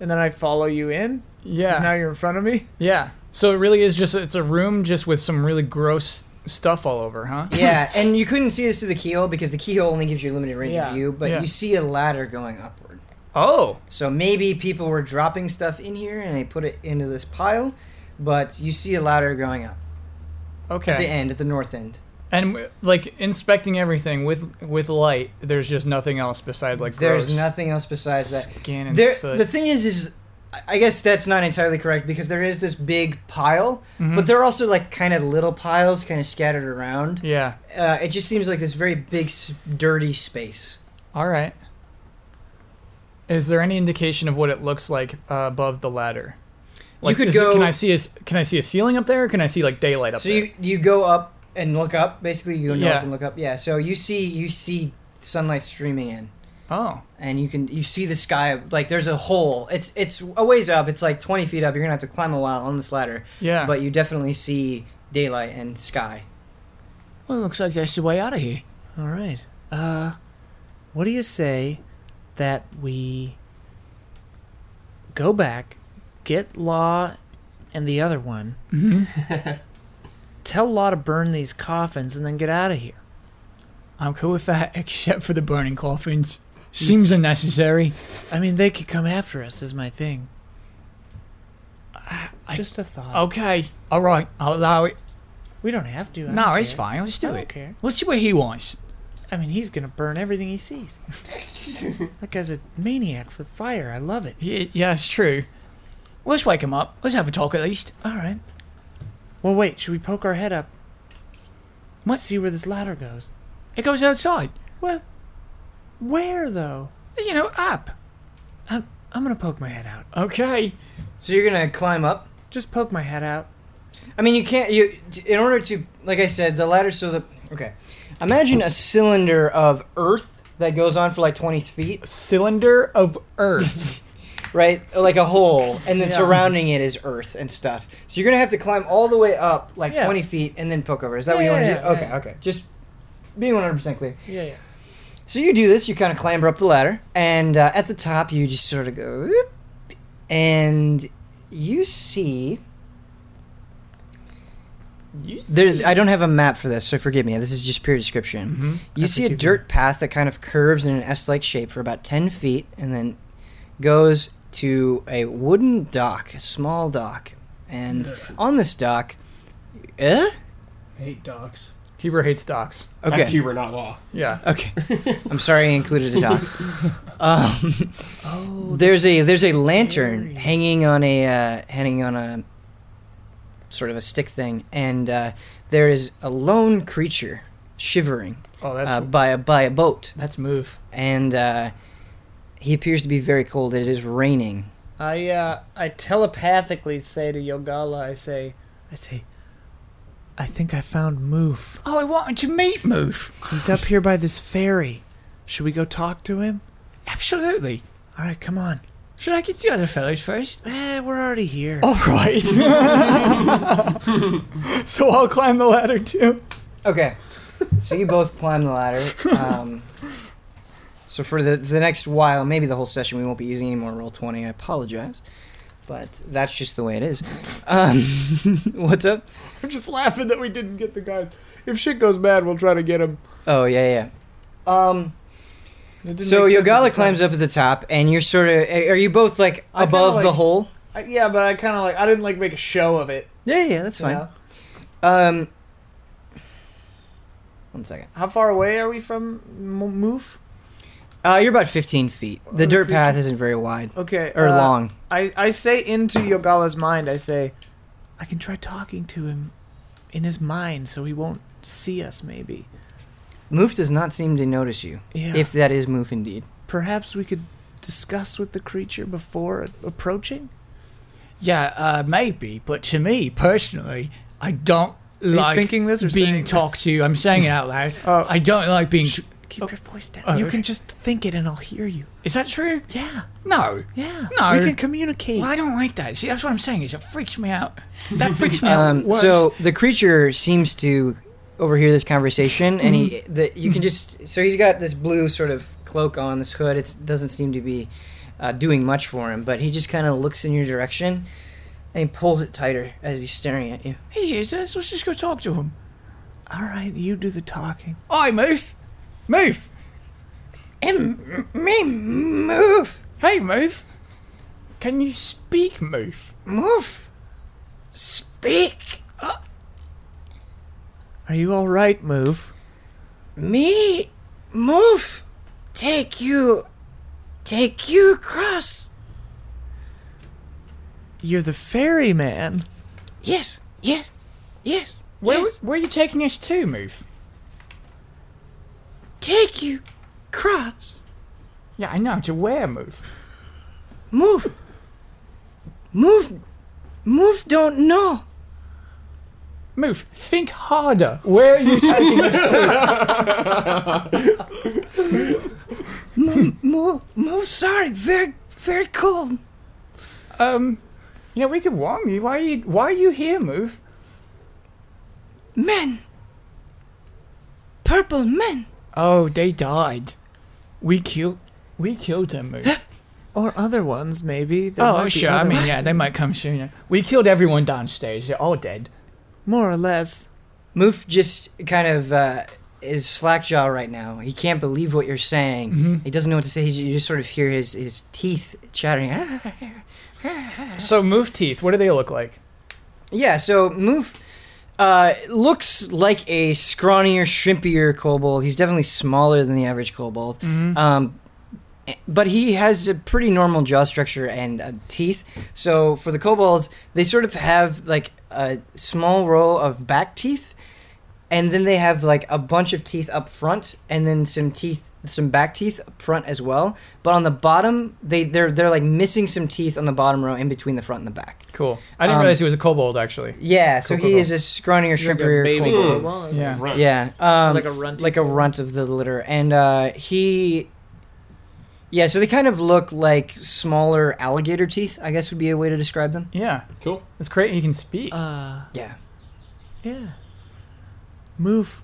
[SPEAKER 4] And then I follow you in. 'cause
[SPEAKER 2] Yeah.
[SPEAKER 4] Now you're in front of me.
[SPEAKER 2] yeah. So it really is just it's a room just with some really gross stuff all over, huh?
[SPEAKER 1] yeah, and you couldn't see this through the keyhole because the keyhole only gives you a limited range
[SPEAKER 4] Yeah,
[SPEAKER 1] of view. But
[SPEAKER 2] yeah.
[SPEAKER 1] you see a ladder going upward.
[SPEAKER 2] Oh.
[SPEAKER 1] So maybe people were dropping stuff in here and they put it into this pile, but you see a ladder going up at the
[SPEAKER 2] Okay.
[SPEAKER 1] end at the north end.
[SPEAKER 2] And w- like inspecting everything with with light, there's just nothing else beside like
[SPEAKER 1] There's
[SPEAKER 2] gross
[SPEAKER 1] nothing else besides that.
[SPEAKER 2] skin and
[SPEAKER 1] There,
[SPEAKER 2] soot.
[SPEAKER 1] the thing is, is I- I guess that's not entirely correct because there is this big pile,
[SPEAKER 2] Mhm.
[SPEAKER 1] but there are also like kind of little piles, kind of scattered around.
[SPEAKER 2] yeah.
[SPEAKER 1] Uh, it just seems like this very big, s- dirty space.
[SPEAKER 2] All right. Is there any indication of what it looks like uh, above the ladder? Like,
[SPEAKER 1] could
[SPEAKER 2] is it-
[SPEAKER 1] go-
[SPEAKER 2] can I see a s- Can I see a ceiling up there? or Can I see like daylight up
[SPEAKER 1] so
[SPEAKER 2] there?
[SPEAKER 1] you you go up and look up. Basically, you go north
[SPEAKER 2] Yeah.
[SPEAKER 1] and look up. Yeah. So you see you see sunlight streaming in,
[SPEAKER 2] oh,
[SPEAKER 1] and you can you see the sky. Like there's a hole. It's it's a ways up. It's like 20 feet up. You're gonna have to climb a while on this ladder,
[SPEAKER 2] yeah.
[SPEAKER 1] but you definitely see daylight and sky.
[SPEAKER 2] well, it looks like that's the way out of here.
[SPEAKER 4] All right. Uh, what do you say that we go back, get Law and the other one,
[SPEAKER 2] hmm
[SPEAKER 4] tell Law to burn these coffins, and then get out of here?
[SPEAKER 2] I'm cool with that, except for the burning coffins. Seems unnecessary.
[SPEAKER 4] I mean, they could come after us, is my thing.
[SPEAKER 2] I-
[SPEAKER 4] Just a thought.
[SPEAKER 2] Okay. All right. I'll allow it.
[SPEAKER 4] We don't have to. I
[SPEAKER 2] Oh. No,
[SPEAKER 4] don't
[SPEAKER 2] it's
[SPEAKER 4] care.
[SPEAKER 2] fine. Let's
[SPEAKER 4] I
[SPEAKER 2] do
[SPEAKER 4] don't
[SPEAKER 2] it.
[SPEAKER 4] care.
[SPEAKER 2] Let's see what he wants.
[SPEAKER 4] I mean, he's gonna burn everything he sees. that guy's a maniac for fire. I love it.
[SPEAKER 2] Yeah, yeah, it's true. Let's wake him up. Let's have a talk at least.
[SPEAKER 4] All right. Well, wait. Should we poke our head up?
[SPEAKER 2] What?
[SPEAKER 4] See where this ladder goes.
[SPEAKER 2] It goes outside.
[SPEAKER 4] Well, where though?
[SPEAKER 2] You know, up.
[SPEAKER 4] I'm I'm gonna poke my head out.
[SPEAKER 2] Okay.
[SPEAKER 1] So you're gonna climb up.
[SPEAKER 4] Just poke my head out.
[SPEAKER 1] I mean, you can't. You t- in order to, like I said, the ladder. So the okay. Imagine a cylinder of earth that goes on for like twenty feet,
[SPEAKER 2] Cylinder of Earth.
[SPEAKER 1] right? Like a hole, and then
[SPEAKER 4] Yeah.
[SPEAKER 1] surrounding it is earth and stuff. So you're gonna have to climb all the way up, like
[SPEAKER 4] Yeah.
[SPEAKER 1] twenty feet, and then poke over. Is that
[SPEAKER 4] Yeah,
[SPEAKER 1] what you
[SPEAKER 4] yeah,
[SPEAKER 1] want to do?
[SPEAKER 4] yeah, yeah.
[SPEAKER 1] Okay, okay. Just being one hundred percent clear.
[SPEAKER 4] Yeah, yeah.
[SPEAKER 1] So you do this. You kind of clamber up the ladder, and uh, at the top, you just sort of go, whoop, and you see. There, I don't have a map for this, so forgive me. This is just pure description.
[SPEAKER 2] Mhm.
[SPEAKER 1] You
[SPEAKER 4] I
[SPEAKER 1] see a
[SPEAKER 4] forgive
[SPEAKER 1] dirt path that kind of curves in an S-like shape for about ten feet, and then goes to a wooden dock, a small dock. And on this dock, eh?
[SPEAKER 5] I hate dogs.
[SPEAKER 2] Huber hates docs.
[SPEAKER 1] Okay,
[SPEAKER 5] That's Huber, not Law.
[SPEAKER 2] Yeah.
[SPEAKER 1] okay. I'm sorry I included a dock. um,
[SPEAKER 4] Oh,
[SPEAKER 1] there's a there's a lantern
[SPEAKER 4] Scary.
[SPEAKER 1] hanging on a uh, hanging on a sort of a stick thing, and uh, there is a lone creature shivering
[SPEAKER 2] Oh, that's
[SPEAKER 1] uh,
[SPEAKER 4] Um,
[SPEAKER 1] by a by a boat.
[SPEAKER 2] that's move.
[SPEAKER 1] and uh, he appears to be very cold. It is raining,
[SPEAKER 4] I uh, I telepathically say to Yogala, I say, I say, I think I found Moof.
[SPEAKER 2] Oh, I wanted to meet Moof.
[SPEAKER 4] He's up here by this ferry. Should we go talk to him?
[SPEAKER 2] Absolutely.
[SPEAKER 4] All right, come on.
[SPEAKER 2] Should I get the other fellows first?
[SPEAKER 4] Eh, we're already here.
[SPEAKER 2] All right. so I'll climb the ladder too.
[SPEAKER 1] Okay. So you both climb the ladder. Um, so for the the next while, maybe the whole session, we won't be using any more roll twenty. I apologize, but that's just the way it is. Um, what's up?
[SPEAKER 4] I'm just laughing that we didn't get the guys. If shit goes bad, we'll try to get him.
[SPEAKER 1] Oh yeah yeah. Um, so Yogala climbs up at the top, and you're sort of are you both like
[SPEAKER 4] I kinda
[SPEAKER 1] above the
[SPEAKER 4] like-
[SPEAKER 1] hole?
[SPEAKER 4] I, yeah, but I kind of like I didn't like make a show of it.
[SPEAKER 1] Yeah yeah, that's
[SPEAKER 4] you
[SPEAKER 1] fine.
[SPEAKER 4] know?
[SPEAKER 1] Um, one second.
[SPEAKER 4] How far away are we from M- Moof?
[SPEAKER 1] Uh, you're about 15 feet. The dirt path isn't very wide
[SPEAKER 4] Okay,
[SPEAKER 1] or
[SPEAKER 4] uh,
[SPEAKER 1] long.
[SPEAKER 4] I I say into Yogala's mind, I say, I can try talking to him in his mind, so he won't see us. Maybe.
[SPEAKER 1] Moof does not seem to notice you,
[SPEAKER 4] Yeah.
[SPEAKER 1] if that is Moof indeed.
[SPEAKER 4] perhaps we could discuss with the creature before a- approaching.
[SPEAKER 2] Yeah, uh, maybe. But to me personally, I don't like
[SPEAKER 4] thinking this or saying
[SPEAKER 2] being
[SPEAKER 4] this?
[SPEAKER 2] talked to. I'm saying it out loud.
[SPEAKER 4] Oh.
[SPEAKER 2] I don't like being.
[SPEAKER 4] Shh, keep
[SPEAKER 2] Oh,
[SPEAKER 4] your voice down.
[SPEAKER 2] oh,
[SPEAKER 4] you
[SPEAKER 2] okay.
[SPEAKER 4] can just think it, and I'll hear you.
[SPEAKER 2] Is that true?
[SPEAKER 4] Yeah,
[SPEAKER 2] No.
[SPEAKER 4] yeah.
[SPEAKER 2] No.
[SPEAKER 4] we can communicate.
[SPEAKER 2] Well, I don't like that. See, that's what I'm saying. Is it freaks me out. That freaks me out.
[SPEAKER 1] Um,
[SPEAKER 2] worse.
[SPEAKER 1] so the creature seems to overhear this conversation, and he
[SPEAKER 4] Mm-hmm.
[SPEAKER 1] the, you can just so he's got this blue sort of cloak on this hood. It doesn't seem to be uh, doing much for him, but he just kind of looks in your direction and he pulls it tighter as he's staring at you.
[SPEAKER 2] he hears us. Let's just go talk to him.
[SPEAKER 4] All right, you do the talking.
[SPEAKER 2] I move. Move.
[SPEAKER 1] And me move
[SPEAKER 2] Hey, move. Can you speak, move?
[SPEAKER 1] move speak uh,
[SPEAKER 4] Are you all right, Move?
[SPEAKER 1] me move take you take you across
[SPEAKER 4] You're the ferryman.
[SPEAKER 1] yes yes yes
[SPEAKER 2] Where, where are you taking us to, move?
[SPEAKER 1] take you cross
[SPEAKER 2] Yeah, I know. To where, move?
[SPEAKER 1] move move move don't know
[SPEAKER 2] Move. Think harder. Where are you taking us?
[SPEAKER 1] move move sorry very very cold
[SPEAKER 2] Um, yeah, we could warm you. Why are you? Why are you here, move?
[SPEAKER 1] men purple men
[SPEAKER 2] Oh, they died. We killed. We killed them, move.
[SPEAKER 4] Or other ones, maybe. There might
[SPEAKER 2] oh,
[SPEAKER 4] be
[SPEAKER 2] sure. I
[SPEAKER 4] other
[SPEAKER 2] mean,
[SPEAKER 4] ones.
[SPEAKER 2] yeah, they might come sooner. We killed everyone downstairs. They're all dead.
[SPEAKER 4] More or less.
[SPEAKER 1] Moof just kind of uh, is slackjaw right now. He can't believe what you're saying. He doesn't know what to say. He's, you just sort of hear his, his teeth chattering.
[SPEAKER 2] So, move teeth. What do they look like?
[SPEAKER 1] yeah, so Moof uh, looks like a scrawnier, shrimpier kobold. He's definitely smaller than the average kobold.
[SPEAKER 4] Mm-hmm.
[SPEAKER 1] Um, but he has a pretty normal jaw structure and uh, teeth. So for the kobolds, they sort of have like a small row of back teeth, and then they have like a bunch of teeth up front, and then some teeth, some back teeth up front as well. But on the bottom, they they're they're like missing some teeth on the bottom row in between the front and the back.
[SPEAKER 2] Cool. I didn't
[SPEAKER 1] Um,
[SPEAKER 2] realize he was a kobold, actually.
[SPEAKER 1] Yeah, so
[SPEAKER 2] Cool, cool,
[SPEAKER 1] he
[SPEAKER 2] cool.
[SPEAKER 1] is a scrawnier,
[SPEAKER 4] Like a
[SPEAKER 1] shrimpier
[SPEAKER 4] baby
[SPEAKER 1] kobold.
[SPEAKER 5] kobold.
[SPEAKER 4] koala.
[SPEAKER 2] Yeah.
[SPEAKER 5] Right.
[SPEAKER 1] Yeah, um,
[SPEAKER 4] Like a runt.
[SPEAKER 1] like a runt of the litter, and uh, he, yeah. So they kind of look like smaller alligator teeth. I guess would be a way to describe them.
[SPEAKER 2] Yeah,
[SPEAKER 5] Cool.
[SPEAKER 2] it's great. He can speak.
[SPEAKER 4] Uh,
[SPEAKER 1] Yeah.
[SPEAKER 4] yeah. Move.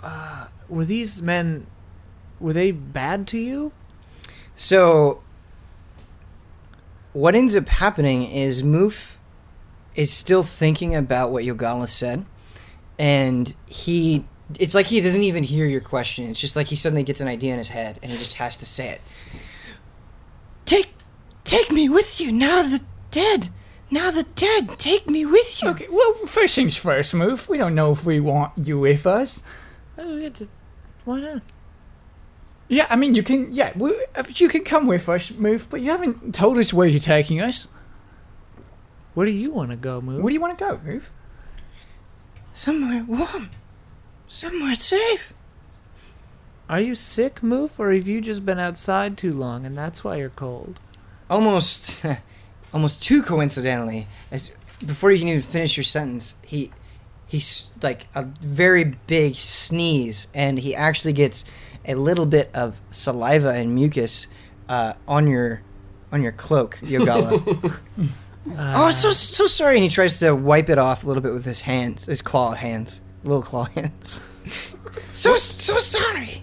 [SPEAKER 4] Uh, were these men? Were they bad to you?
[SPEAKER 1] So what ends up happening is Moof is still thinking about what Yogala said, and he. It's like he doesn't even hear your question. It's just like he suddenly gets an idea in his head, and he just has to say it.
[SPEAKER 6] Take take me with you now the dead. Now the dead, take me with you.
[SPEAKER 2] okay. Well, first things first, move. We don't know if we want you with us.
[SPEAKER 4] Oh, yeah, just- why not?
[SPEAKER 2] Yeah, I mean, you can. Yeah, we, if you can come with us, move. But you haven't told us where you're taking us.
[SPEAKER 4] Where do you want to go, Move?
[SPEAKER 2] Where do you want to go, move?
[SPEAKER 6] Somewhere warm. Somewhere safe.
[SPEAKER 4] Are you sick, Moof, or have you just been outside too long and that's why you're cold?
[SPEAKER 1] almost, almost too coincidentally, as before you can even finish your sentence, he, he's like a very big sneeze, and he actually gets a little bit of saliva and mucus uh, on your, on your cloak, Yogala. oh,
[SPEAKER 4] Uh,
[SPEAKER 1] so so sorry. And he tries to wipe it off a little bit with his hands, his claw hands, little claw hands. so so sorry.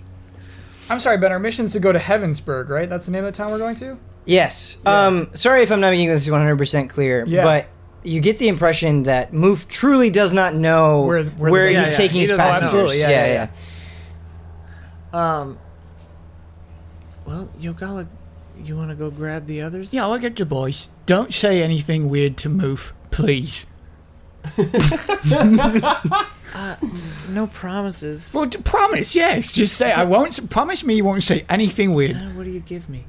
[SPEAKER 7] I'm sorry, Ben. Our mission's to go to Heavensburg, right? That's the name of the town we're going to.
[SPEAKER 1] Yes. Um, sorry if I'm not making this 100% clear,
[SPEAKER 7] Yeah.
[SPEAKER 1] but you get the impression that Moof truly does not know where,
[SPEAKER 7] Where- where the-
[SPEAKER 1] he's
[SPEAKER 7] yeah, yeah.
[SPEAKER 1] taking
[SPEAKER 7] He
[SPEAKER 1] his
[SPEAKER 7] doesn't know.
[SPEAKER 1] passengers.
[SPEAKER 7] Absolutely, yeah,
[SPEAKER 1] yeah,
[SPEAKER 7] yeah,
[SPEAKER 4] Um. Well, Yogala, you want to go grab the others?
[SPEAKER 2] Yeah, look at the boys. Don't say anything weird to Moof, please.
[SPEAKER 4] No promises.
[SPEAKER 2] Well, d- promise, yes. Just say I won't. s- Promise me you won't say anything weird.
[SPEAKER 4] Uh, what do you give me?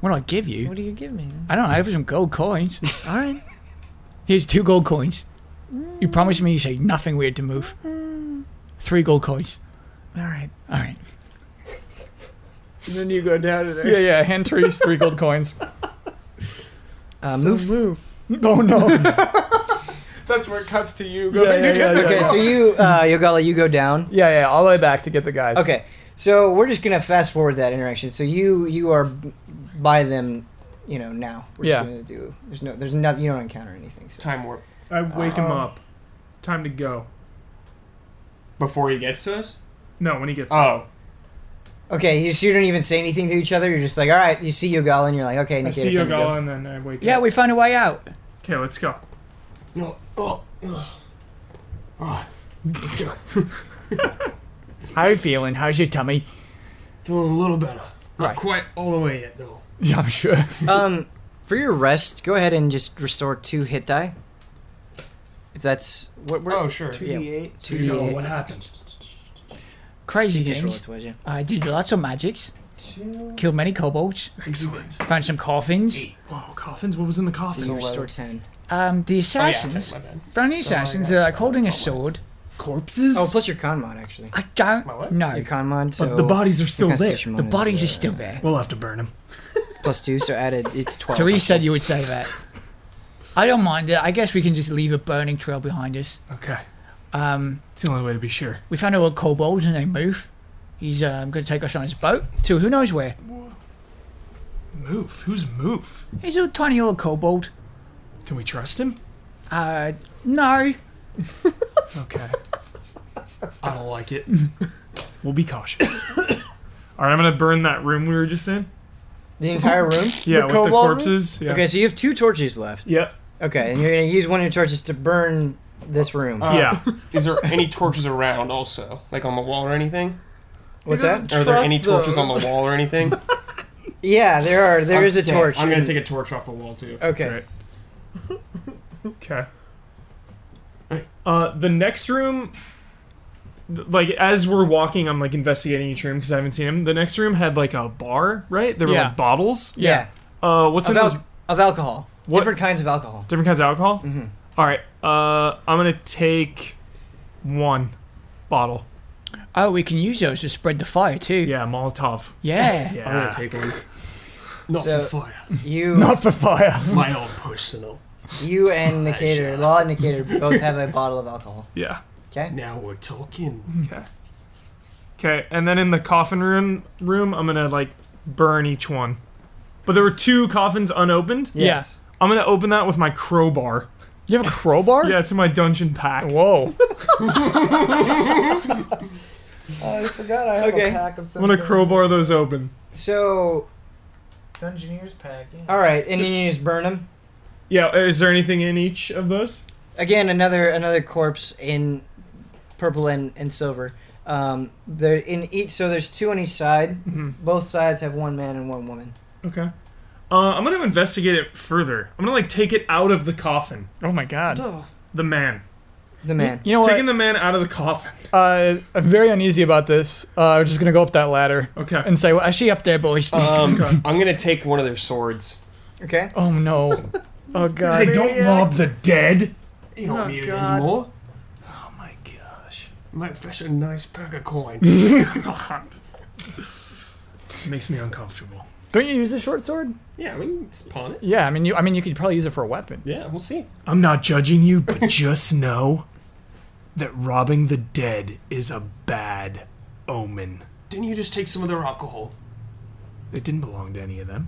[SPEAKER 2] What do I give you?
[SPEAKER 4] What do you give me?
[SPEAKER 2] I don't know. I have some gold coins.
[SPEAKER 4] All right.
[SPEAKER 2] Here's two gold coins. You promise me you say nothing weird to Moof. Three gold coins.
[SPEAKER 4] All right.
[SPEAKER 2] All right.
[SPEAKER 4] And then you go down to there.
[SPEAKER 7] Yeah, yeah. Hand trees, three gold coins.
[SPEAKER 1] Uh,
[SPEAKER 4] So
[SPEAKER 1] Moof.
[SPEAKER 4] move.
[SPEAKER 7] Oh no.
[SPEAKER 5] That's where it cuts to you. Go
[SPEAKER 7] Yeah,
[SPEAKER 5] ahead and
[SPEAKER 7] yeah, yeah,
[SPEAKER 5] get the
[SPEAKER 7] yeah.
[SPEAKER 1] Okay, so you, uh, Yogala, you go down.
[SPEAKER 7] Yeah, yeah. All the way back to get the guys.
[SPEAKER 1] Okay, so we're just gonna fast forward that interaction. So you you are b- by them, you know now. We're
[SPEAKER 7] Yeah.
[SPEAKER 1] just gonna do. There's no. There's nothing. You don't encounter anything. So.
[SPEAKER 5] time warp
[SPEAKER 3] I wake him up. Time to go.
[SPEAKER 5] before he gets to us.
[SPEAKER 3] No, when he gets up.
[SPEAKER 5] Oh,
[SPEAKER 1] Okay, you, so you don't even say anything to each other. You're just like, all right. You see Yogala, and you're like, okay,
[SPEAKER 3] I
[SPEAKER 1] Nikita,
[SPEAKER 3] see
[SPEAKER 1] time to go.
[SPEAKER 3] Yogala and then I wake
[SPEAKER 2] Yeah,
[SPEAKER 3] up.
[SPEAKER 2] we found a way out.
[SPEAKER 3] Okay, let's go.
[SPEAKER 5] no. Oh, oh. Let's go.
[SPEAKER 7] How you feeling? How's your tummy?
[SPEAKER 5] Feeling a little better. Not
[SPEAKER 7] Right.
[SPEAKER 5] quite all the way yet, though.
[SPEAKER 7] Yeah, I'm sure.
[SPEAKER 1] Um, for your rest, go ahead and just restore two hit die. If that's what we're
[SPEAKER 5] Oh, sure.
[SPEAKER 1] Yeah.
[SPEAKER 5] So
[SPEAKER 1] two
[SPEAKER 5] you know
[SPEAKER 1] D8.
[SPEAKER 5] what happened?
[SPEAKER 2] Crazy
[SPEAKER 1] You just roll it
[SPEAKER 2] things.
[SPEAKER 1] towards you.
[SPEAKER 2] I did lots of magics. Killed many kobolds.
[SPEAKER 5] Excellent.
[SPEAKER 2] Found some coffins.
[SPEAKER 3] Whoa, coffins? Oh, What was in the
[SPEAKER 1] So you
[SPEAKER 3] coffin?
[SPEAKER 1] restore ten.
[SPEAKER 2] Um, the
[SPEAKER 5] Oh, yeah,
[SPEAKER 2] assassins.
[SPEAKER 5] my bad.
[SPEAKER 2] found the assassins are like holding a sword.
[SPEAKER 3] Corpses?
[SPEAKER 1] Oh, plus your con mod actually.
[SPEAKER 2] I don't
[SPEAKER 5] My what?
[SPEAKER 2] know.
[SPEAKER 1] Your con mod. So
[SPEAKER 3] but the bodies are still
[SPEAKER 1] What
[SPEAKER 3] there.
[SPEAKER 1] constitution
[SPEAKER 2] The
[SPEAKER 1] mod is,
[SPEAKER 2] bodies
[SPEAKER 1] uh,
[SPEAKER 2] are still there.
[SPEAKER 3] We'll have to burn him.
[SPEAKER 1] plus two, so added it's twelve.
[SPEAKER 2] So he said you would say that. I don't mind it. I guess we can just leave a burning trail behind us.
[SPEAKER 3] Okay.
[SPEAKER 2] Um,
[SPEAKER 3] It's the only way to be sure.
[SPEAKER 2] we found a little kobold and they move. He's um, going to take us on his boat to who knows where.
[SPEAKER 3] Move. Who's move?
[SPEAKER 2] He's a tiny little kobold.
[SPEAKER 3] Can we trust him?
[SPEAKER 2] Uh, no.
[SPEAKER 3] Okay. I don't like it. We'll be cautious. All right, I'm gonna burn that room we were just in.
[SPEAKER 1] the entire room.
[SPEAKER 3] Yeah,
[SPEAKER 4] The
[SPEAKER 3] with the
[SPEAKER 4] cobalt room?
[SPEAKER 3] corpses. Yeah.
[SPEAKER 1] Okay, so you have two torches left.
[SPEAKER 3] Yep.
[SPEAKER 1] Okay, and you're gonna use one of your torches to burn this room.
[SPEAKER 5] Uh,
[SPEAKER 3] Yeah.
[SPEAKER 5] Is there any torches around also? Like on the wall or anything?
[SPEAKER 1] What's
[SPEAKER 4] He
[SPEAKER 1] that?
[SPEAKER 4] doesn't
[SPEAKER 5] Are there
[SPEAKER 4] trust
[SPEAKER 5] any torches on
[SPEAKER 4] those.
[SPEAKER 5] the wall or anything?
[SPEAKER 1] Yeah, there are. There
[SPEAKER 5] I'm-
[SPEAKER 1] is a
[SPEAKER 5] yeah,
[SPEAKER 1] torch. Oh,
[SPEAKER 5] I'm gonna take a torch off the wall too.
[SPEAKER 1] Okay.
[SPEAKER 3] Great. Okay. Uh, the next room, th- like as we're walking, I'm like investigating each room because I haven't seen him. The next room had like a bar, right? There were
[SPEAKER 2] Yeah.
[SPEAKER 3] like bottles.
[SPEAKER 1] Yeah.
[SPEAKER 3] Uh, what's in
[SPEAKER 1] Of,
[SPEAKER 3] those
[SPEAKER 1] al- of alcohol.
[SPEAKER 3] What-
[SPEAKER 1] Different kinds of alcohol.
[SPEAKER 3] different kinds of alcohol? All right. Uh, I'm gonna take one bottle.
[SPEAKER 2] Oh, we can use those to spread the fire too.
[SPEAKER 3] Yeah, Molotov.
[SPEAKER 2] Yeah.
[SPEAKER 3] Yeah.
[SPEAKER 5] I'm gonna take one. Not
[SPEAKER 1] So-
[SPEAKER 5] for fire.
[SPEAKER 1] You,
[SPEAKER 7] Not for fire.
[SPEAKER 5] My own personal.
[SPEAKER 1] you and Nikator, Law and Nikator both have a bottle of alcohol.
[SPEAKER 3] yeah.
[SPEAKER 1] Okay.
[SPEAKER 5] Now we're talking.
[SPEAKER 3] Okay, and then in the coffin room, room, I'm gonna like burn each one. But there were two coffins unopened.
[SPEAKER 1] Yes.
[SPEAKER 3] I'm gonna open that with my crowbar.
[SPEAKER 7] You have a crowbar?
[SPEAKER 3] Yeah, it's in my dungeon pack.
[SPEAKER 7] Whoa.
[SPEAKER 4] I forgot I have
[SPEAKER 1] Okay.
[SPEAKER 4] a pack of some
[SPEAKER 3] I'm gonna crowbar those open.
[SPEAKER 1] So,
[SPEAKER 4] Dungeoneer's pack. Yeah.
[SPEAKER 1] all right, and then you just burn them.
[SPEAKER 3] Yeah, uh, is there anything in each of those?
[SPEAKER 1] again another another corpse in purple and, and silver um they're in each so there's two on each side both sides have one man and one woman
[SPEAKER 3] Okay. Uh, I'm gonna investigate it further. I'm gonna like take it out of the coffin.
[SPEAKER 7] Oh my god.
[SPEAKER 3] The man.
[SPEAKER 1] the man
[SPEAKER 7] You know what?
[SPEAKER 3] Taking the man out of the coffin.
[SPEAKER 7] uh, I'm very uneasy about this. Uh, I'm just gonna go up that ladder
[SPEAKER 3] Okay.
[SPEAKER 7] and say,
[SPEAKER 2] I see up there, boys.
[SPEAKER 5] Um, I'm gonna take one of their swords.
[SPEAKER 1] okay
[SPEAKER 7] "Oh no, oh god."
[SPEAKER 4] maniacs.
[SPEAKER 3] the dead.
[SPEAKER 5] You don't
[SPEAKER 4] Oh,
[SPEAKER 5] need
[SPEAKER 4] God.
[SPEAKER 5] it anymore. Oh my gosh. Might fetch a nice pack of coin.
[SPEAKER 3] Makes me uncomfortable.
[SPEAKER 7] Don't you use a short sword?
[SPEAKER 5] Yeah, I mean, it's pawn it.
[SPEAKER 7] Yeah, I mean, you. I mean, you could probably use it for a weapon.
[SPEAKER 5] Yeah, we'll see.
[SPEAKER 3] I'm not judging you, but just know that robbing the dead is a bad omen.
[SPEAKER 5] Didn't you just take some of their alcohol?
[SPEAKER 3] It didn't belong to any of them.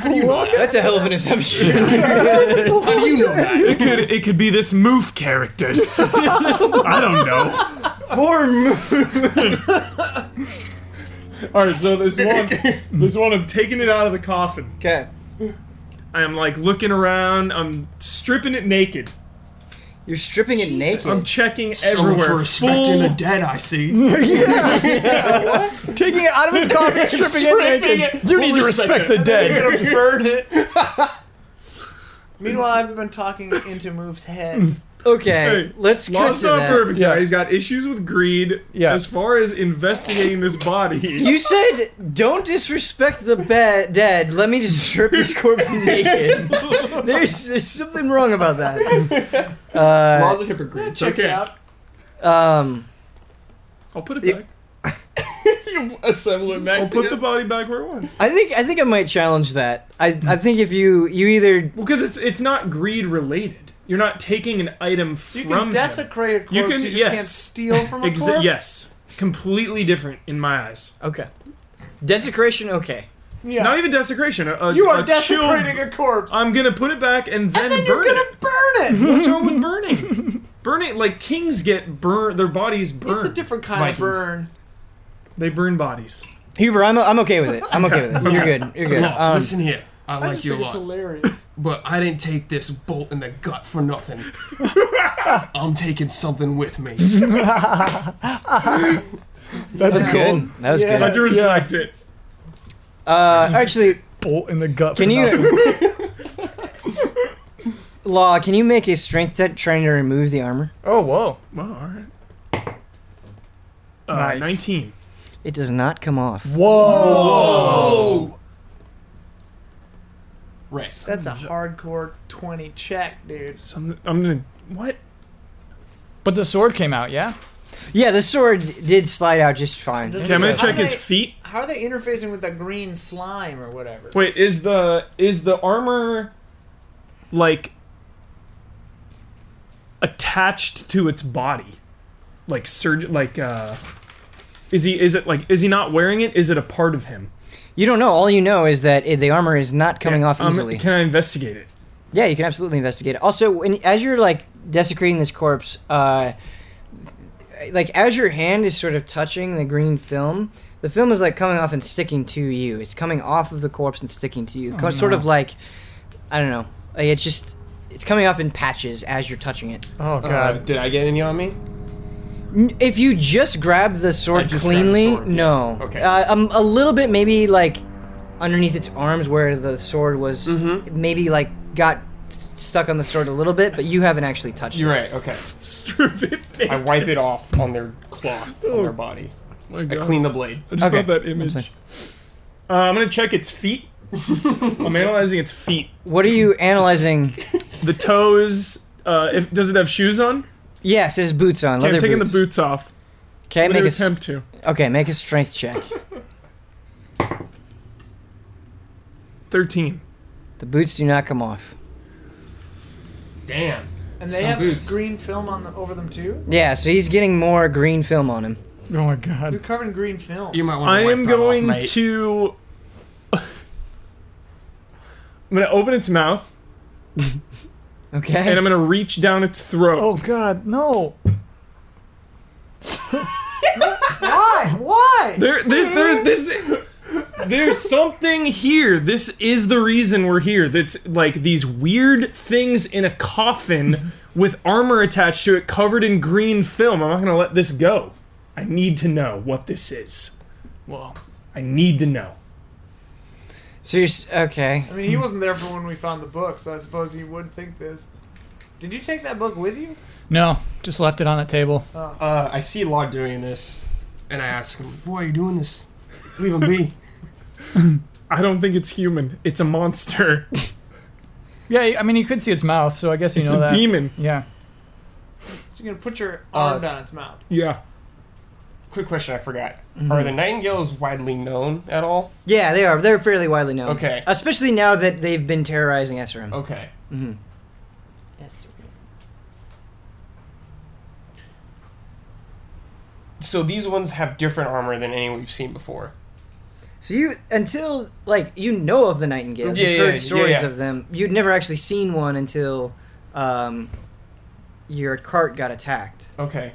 [SPEAKER 5] How do you know that?
[SPEAKER 1] That's a hell of an assumption.
[SPEAKER 5] How do you know that?
[SPEAKER 3] It could it could be this move characters. I don't know.
[SPEAKER 1] Poor move.
[SPEAKER 3] All right, so this one, this one, I'm taking it out of the coffin.
[SPEAKER 1] Okay.
[SPEAKER 3] I'm like looking around. I'm stripping it naked.
[SPEAKER 1] You're stripping it naked.
[SPEAKER 3] I'm checking
[SPEAKER 5] Someone for
[SPEAKER 3] everywhere.
[SPEAKER 5] respecting the
[SPEAKER 3] Full
[SPEAKER 5] dead, I see.
[SPEAKER 7] Taking it out of his coffin, stripping it
[SPEAKER 3] Stripping
[SPEAKER 7] naked.
[SPEAKER 3] it.
[SPEAKER 7] You
[SPEAKER 3] We'll
[SPEAKER 7] need to
[SPEAKER 3] respect
[SPEAKER 7] respect
[SPEAKER 3] it.
[SPEAKER 7] the dead.
[SPEAKER 5] Burn it.
[SPEAKER 4] Meanwhile, I've been talking into Move's head.
[SPEAKER 1] okay,
[SPEAKER 3] Hey,
[SPEAKER 1] let's cut
[SPEAKER 3] Law's
[SPEAKER 1] to
[SPEAKER 3] not
[SPEAKER 1] that.
[SPEAKER 3] perfect guy.
[SPEAKER 7] Yeah.
[SPEAKER 3] He's got issues with greed.
[SPEAKER 7] Yeah.
[SPEAKER 3] As far as investigating this body,
[SPEAKER 1] You said, don't disrespect the be- dead. Let me just strip this corpse naked. There's, there's something wrong about that. Uh,
[SPEAKER 5] Law's a hypocrite.
[SPEAKER 3] checks Okay. out.
[SPEAKER 1] um,
[SPEAKER 3] I'll put it
[SPEAKER 1] You-
[SPEAKER 3] back.
[SPEAKER 5] You assemble it back.
[SPEAKER 3] I'll put the
[SPEAKER 5] together.
[SPEAKER 3] body back where it was.
[SPEAKER 1] I think I think I might challenge that. I, I think if you you either
[SPEAKER 3] Well, because it's it's not greed related. You're not taking an item
[SPEAKER 4] So you
[SPEAKER 3] from
[SPEAKER 4] can
[SPEAKER 3] him.
[SPEAKER 4] desecrate a corpse,
[SPEAKER 3] You
[SPEAKER 4] you,
[SPEAKER 3] can-
[SPEAKER 4] just
[SPEAKER 3] yes.
[SPEAKER 4] can't steal from a
[SPEAKER 3] Exa-
[SPEAKER 4] corpse?
[SPEAKER 3] yes, completely different in my eyes.
[SPEAKER 1] okay desecration okay
[SPEAKER 4] Yeah.
[SPEAKER 3] Not even desecration. A, a-
[SPEAKER 4] you are
[SPEAKER 3] a chill-
[SPEAKER 4] desecrating a corpse.
[SPEAKER 3] I'm gonna put it back and then,
[SPEAKER 4] and then you're
[SPEAKER 3] burn
[SPEAKER 4] gonna
[SPEAKER 3] it.
[SPEAKER 4] burn it!
[SPEAKER 3] What's wrong with burning? burning like kings get burn. Their bodies burn.
[SPEAKER 4] It's a different kind
[SPEAKER 5] Vikings.
[SPEAKER 4] of burn.
[SPEAKER 3] they burn bodies.
[SPEAKER 1] Huber I'm, I'm okay with it I'm okay with it you're good you're good
[SPEAKER 5] Law,
[SPEAKER 1] um,
[SPEAKER 5] listen here. I
[SPEAKER 4] I
[SPEAKER 5] like
[SPEAKER 4] just
[SPEAKER 5] you a
[SPEAKER 4] think it's
[SPEAKER 5] lot,
[SPEAKER 4] hilarious.
[SPEAKER 5] but I didn't take this bolt in the gut for nothing. I'm taking something with me.
[SPEAKER 7] That's
[SPEAKER 1] that's good that was
[SPEAKER 4] Yeah.
[SPEAKER 1] good
[SPEAKER 3] Like you respect it.
[SPEAKER 1] uh, actually
[SPEAKER 3] Oh,
[SPEAKER 7] Bolt in the gut.
[SPEAKER 1] can
[SPEAKER 7] for nothing.
[SPEAKER 1] you Law can you make a strength check trying to remove the armor
[SPEAKER 7] Oh whoa.
[SPEAKER 3] Well, all right. Uh,
[SPEAKER 7] Nice.
[SPEAKER 3] Nineteen.
[SPEAKER 1] it does not come off
[SPEAKER 5] Oh. Right.
[SPEAKER 4] That's a hardcore 20 check, dude.
[SPEAKER 3] So I'm, I'm gonna what?
[SPEAKER 7] But the sword came out, yeah.
[SPEAKER 1] yeah the sword did slide out just fine
[SPEAKER 4] Does
[SPEAKER 3] Okay, I'm gonna check his
[SPEAKER 4] How
[SPEAKER 3] feet.
[SPEAKER 4] How are they interfacing with the green slime or whatever?
[SPEAKER 3] Wait, is the is the armor like attached to its body? Like surg like uh is he is it like is he not wearing it? Is it a part of him?
[SPEAKER 1] you don't know all you know is that it, the armor is not coming off
[SPEAKER 3] Um,
[SPEAKER 1] easily
[SPEAKER 3] Can I investigate it?
[SPEAKER 1] Yeah, you can absolutely investigate it. Also, when, as you're like desecrating this corpse, uh, like as your hand is sort of touching the green film, the film is like coming off and sticking to you. It's coming off of the corpse and sticking to you. Co- Sort of like, I don't know. Like it's just, it's coming off in patches as you're touching it.
[SPEAKER 7] Oh
[SPEAKER 5] Uh,
[SPEAKER 7] god.
[SPEAKER 5] did I get any on me?
[SPEAKER 1] N- If you just grab the
[SPEAKER 5] I
[SPEAKER 1] sword
[SPEAKER 5] just grabbed the
[SPEAKER 1] cleanly,
[SPEAKER 5] sword, yes.
[SPEAKER 1] no.
[SPEAKER 5] Okay.
[SPEAKER 1] Uh, um, a little bit maybe like underneath its arms where the sword was
[SPEAKER 5] Mm-hmm.
[SPEAKER 1] maybe like got s- stuck on the sword a little bit, but you haven't actually touched it.
[SPEAKER 5] right. Okay.
[SPEAKER 3] Strip it.
[SPEAKER 5] I wipe it off on their cloth, on their body. I clean the blade.
[SPEAKER 3] I just
[SPEAKER 1] Okay.
[SPEAKER 3] that image. Uh, I'm gonna check its feet. I'm analyzing its feet.
[SPEAKER 1] What are you analyzing?
[SPEAKER 3] The toes. Uh, if does it have shoes on?
[SPEAKER 1] yes, there's boots on.
[SPEAKER 3] Okay,
[SPEAKER 1] Leather
[SPEAKER 3] I'm taking
[SPEAKER 1] boots.
[SPEAKER 3] the boots off.
[SPEAKER 1] Okay,
[SPEAKER 3] I'm
[SPEAKER 1] make
[SPEAKER 3] gonna
[SPEAKER 1] a s-
[SPEAKER 3] attempt to.
[SPEAKER 1] okay, make a strength check.
[SPEAKER 3] Thirteen.
[SPEAKER 1] The boots do not come off.
[SPEAKER 5] Damn.
[SPEAKER 4] And they
[SPEAKER 5] Some
[SPEAKER 4] have
[SPEAKER 5] boots.
[SPEAKER 4] green film on the, over them too?
[SPEAKER 1] Yeah, so he's getting more green film on him.
[SPEAKER 7] Oh my
[SPEAKER 4] You're
[SPEAKER 7] god.
[SPEAKER 4] covered in green film.
[SPEAKER 5] You might want
[SPEAKER 3] I
[SPEAKER 5] to.
[SPEAKER 3] am going to. I'm gonna open its mouth
[SPEAKER 1] Okay.
[SPEAKER 3] and I'm gonna reach down its throat.
[SPEAKER 7] Oh god, no.
[SPEAKER 4] Why? Why?
[SPEAKER 3] There, there, there, this. There's something here. This is the reason we're here. That's like these weird things in a coffin with armor attached to it, covered in green film. I'm not gonna let this go. I need to know what this is.
[SPEAKER 7] Whoa.
[SPEAKER 3] I need to know.
[SPEAKER 1] so you're s- okay.
[SPEAKER 4] I mean, he wasn't there for when we found the book, so I suppose he would think this. Did you take that book with you?
[SPEAKER 2] No, just left it on the table.
[SPEAKER 5] Uh, I see Law doing this, and I ask him, "Why are you doing this? Leave him be."
[SPEAKER 3] I don't think it's human. It's a monster.
[SPEAKER 7] Yeah, I mean you could see its mouth, so I guess you
[SPEAKER 3] It's
[SPEAKER 7] know
[SPEAKER 3] a
[SPEAKER 7] that.
[SPEAKER 3] demon.
[SPEAKER 7] Yeah. Uh,
[SPEAKER 4] So you're gonna put your arm down its mouth.
[SPEAKER 3] Yeah.
[SPEAKER 5] quick question I forgot. Are the Nightingales widely known at all?
[SPEAKER 1] Yeah, they are. They're fairly widely known.
[SPEAKER 5] Okay. Oh.
[SPEAKER 1] Especially now that they've been terrorizing Esrim.
[SPEAKER 5] Okay.
[SPEAKER 1] hmm
[SPEAKER 6] Yes.
[SPEAKER 5] So these ones have different armor than any we've seen before.
[SPEAKER 1] So you until like you know of the Nightingales,
[SPEAKER 5] Yeah,
[SPEAKER 1] you've
[SPEAKER 5] yeah,
[SPEAKER 1] heard
[SPEAKER 5] yeah,
[SPEAKER 1] stories
[SPEAKER 5] yeah.
[SPEAKER 1] of them. You'd never actually seen one until um, your cart got attacked.
[SPEAKER 5] Okay.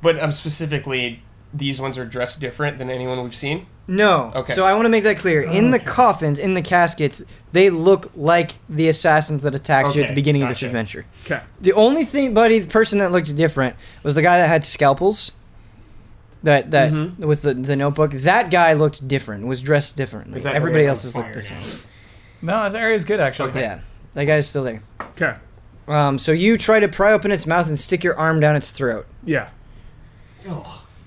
[SPEAKER 5] But um, specifically, these ones are dressed different than anyone we've seen.
[SPEAKER 1] No.
[SPEAKER 5] Okay.
[SPEAKER 1] So I want to make that clear. In the coffins, in the caskets, they look like the assassins that attacked you at
[SPEAKER 5] Okay,
[SPEAKER 1] the beginning of this
[SPEAKER 5] gotcha.
[SPEAKER 1] adventure.
[SPEAKER 3] 'Kay.
[SPEAKER 1] The only thing, buddy, the person that looked different was the guy that had scalpels. That that
[SPEAKER 5] Mhm.
[SPEAKER 1] with the, the notebook. That guy looked different. Was dressed differently.
[SPEAKER 5] Is that
[SPEAKER 1] Everybody
[SPEAKER 5] area
[SPEAKER 1] else has
[SPEAKER 5] on
[SPEAKER 1] looked the
[SPEAKER 5] fire
[SPEAKER 1] same.
[SPEAKER 7] No, this area's good actually.
[SPEAKER 5] Okay.
[SPEAKER 1] Yeah. That guy's still there.
[SPEAKER 3] Okay.
[SPEAKER 1] Um, so you try to pry open its mouth and stick your arm down its throat.
[SPEAKER 3] Yeah.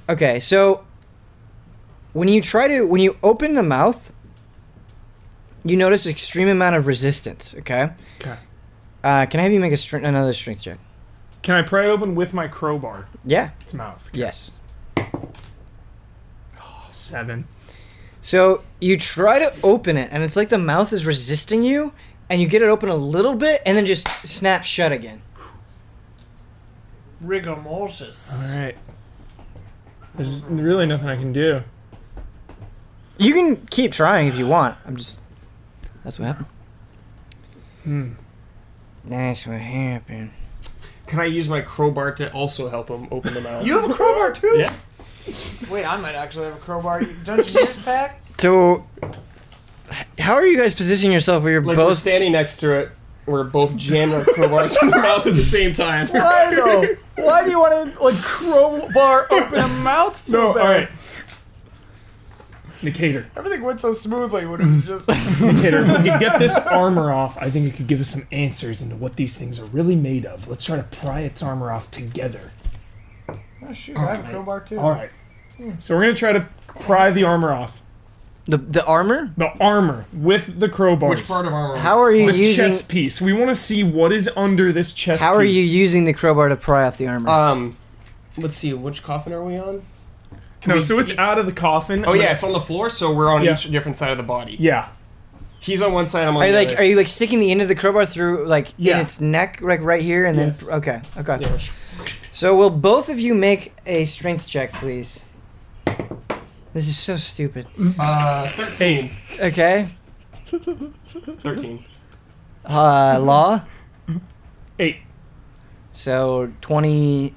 [SPEAKER 1] Okay, so when you try to when you open the mouth, you notice extreme amount of resistance. Okay.
[SPEAKER 3] 'Kay.
[SPEAKER 1] Uh, can I have you make a str- another strength check?
[SPEAKER 3] Can I pry it open with my crowbar?
[SPEAKER 1] Yeah.
[SPEAKER 3] Its mouth.
[SPEAKER 1] Yes.
[SPEAKER 3] Seven.
[SPEAKER 1] So you try to open it, and it's like the mouth is resisting you, and you get it open a little bit, and then just snap shut again.
[SPEAKER 8] Rigor mortis.
[SPEAKER 3] All right. There's really nothing I can do.
[SPEAKER 1] You can keep trying if you want. I'm just. That's what happened.
[SPEAKER 3] Hmm.
[SPEAKER 1] That's what happened.
[SPEAKER 5] Can I use my crowbar to also help them open them out?
[SPEAKER 8] You have a crowbar too.
[SPEAKER 5] yeah.
[SPEAKER 4] Wait, I might actually have a crowbar. Dungeoneers pack?
[SPEAKER 1] So, h- how are you guys positioning yourself where you're
[SPEAKER 5] Like we're
[SPEAKER 1] both?
[SPEAKER 5] standing next to it. We're both jamming our crowbars in their mouth at the same time.
[SPEAKER 7] I know. Why do you want to like crowbar open a mouth so
[SPEAKER 3] No, all
[SPEAKER 7] bad?
[SPEAKER 3] right. Nicator.
[SPEAKER 4] Everything went so smoothly when it was just.
[SPEAKER 3] Nicator, if we could get this armor off, I think it could give us some answers into what these things are really made of. Let's try to pry its armor off together.
[SPEAKER 4] Oh, shoot, I have a crowbar too.
[SPEAKER 3] All right.
[SPEAKER 1] Hmm.
[SPEAKER 3] So we're going to try to pry the armor off.
[SPEAKER 1] The the armor?
[SPEAKER 3] The armor with the crowbars.
[SPEAKER 5] Which part of armor?
[SPEAKER 1] How are you
[SPEAKER 3] the
[SPEAKER 1] using?
[SPEAKER 3] chest piece. We want to see what is under this chest
[SPEAKER 1] How are you
[SPEAKER 3] piece. Oh,
[SPEAKER 1] using the crowbar to pry off the armor?
[SPEAKER 5] Um, let's see. Which coffin are we on?
[SPEAKER 3] No, so it's out of the coffin.
[SPEAKER 5] Oh yeah, it's on the floor, so we're on
[SPEAKER 3] Yeah.
[SPEAKER 5] each different side of the body.
[SPEAKER 3] Yeah.
[SPEAKER 5] He's on one side. I'm on
[SPEAKER 1] are you
[SPEAKER 5] the
[SPEAKER 1] like
[SPEAKER 5] other.
[SPEAKER 1] are you like sticking the end of the crowbar through like in
[SPEAKER 3] Yeah.
[SPEAKER 1] its neck like right here and
[SPEAKER 3] Yes.
[SPEAKER 1] then okay okay.
[SPEAKER 5] Yeah.
[SPEAKER 1] So will both of you make a strength check, please? This is so stupid.
[SPEAKER 5] Uh, thirteen.
[SPEAKER 1] Okay.
[SPEAKER 5] Thirteen.
[SPEAKER 1] Uh, law.
[SPEAKER 3] Eight.
[SPEAKER 1] So 20,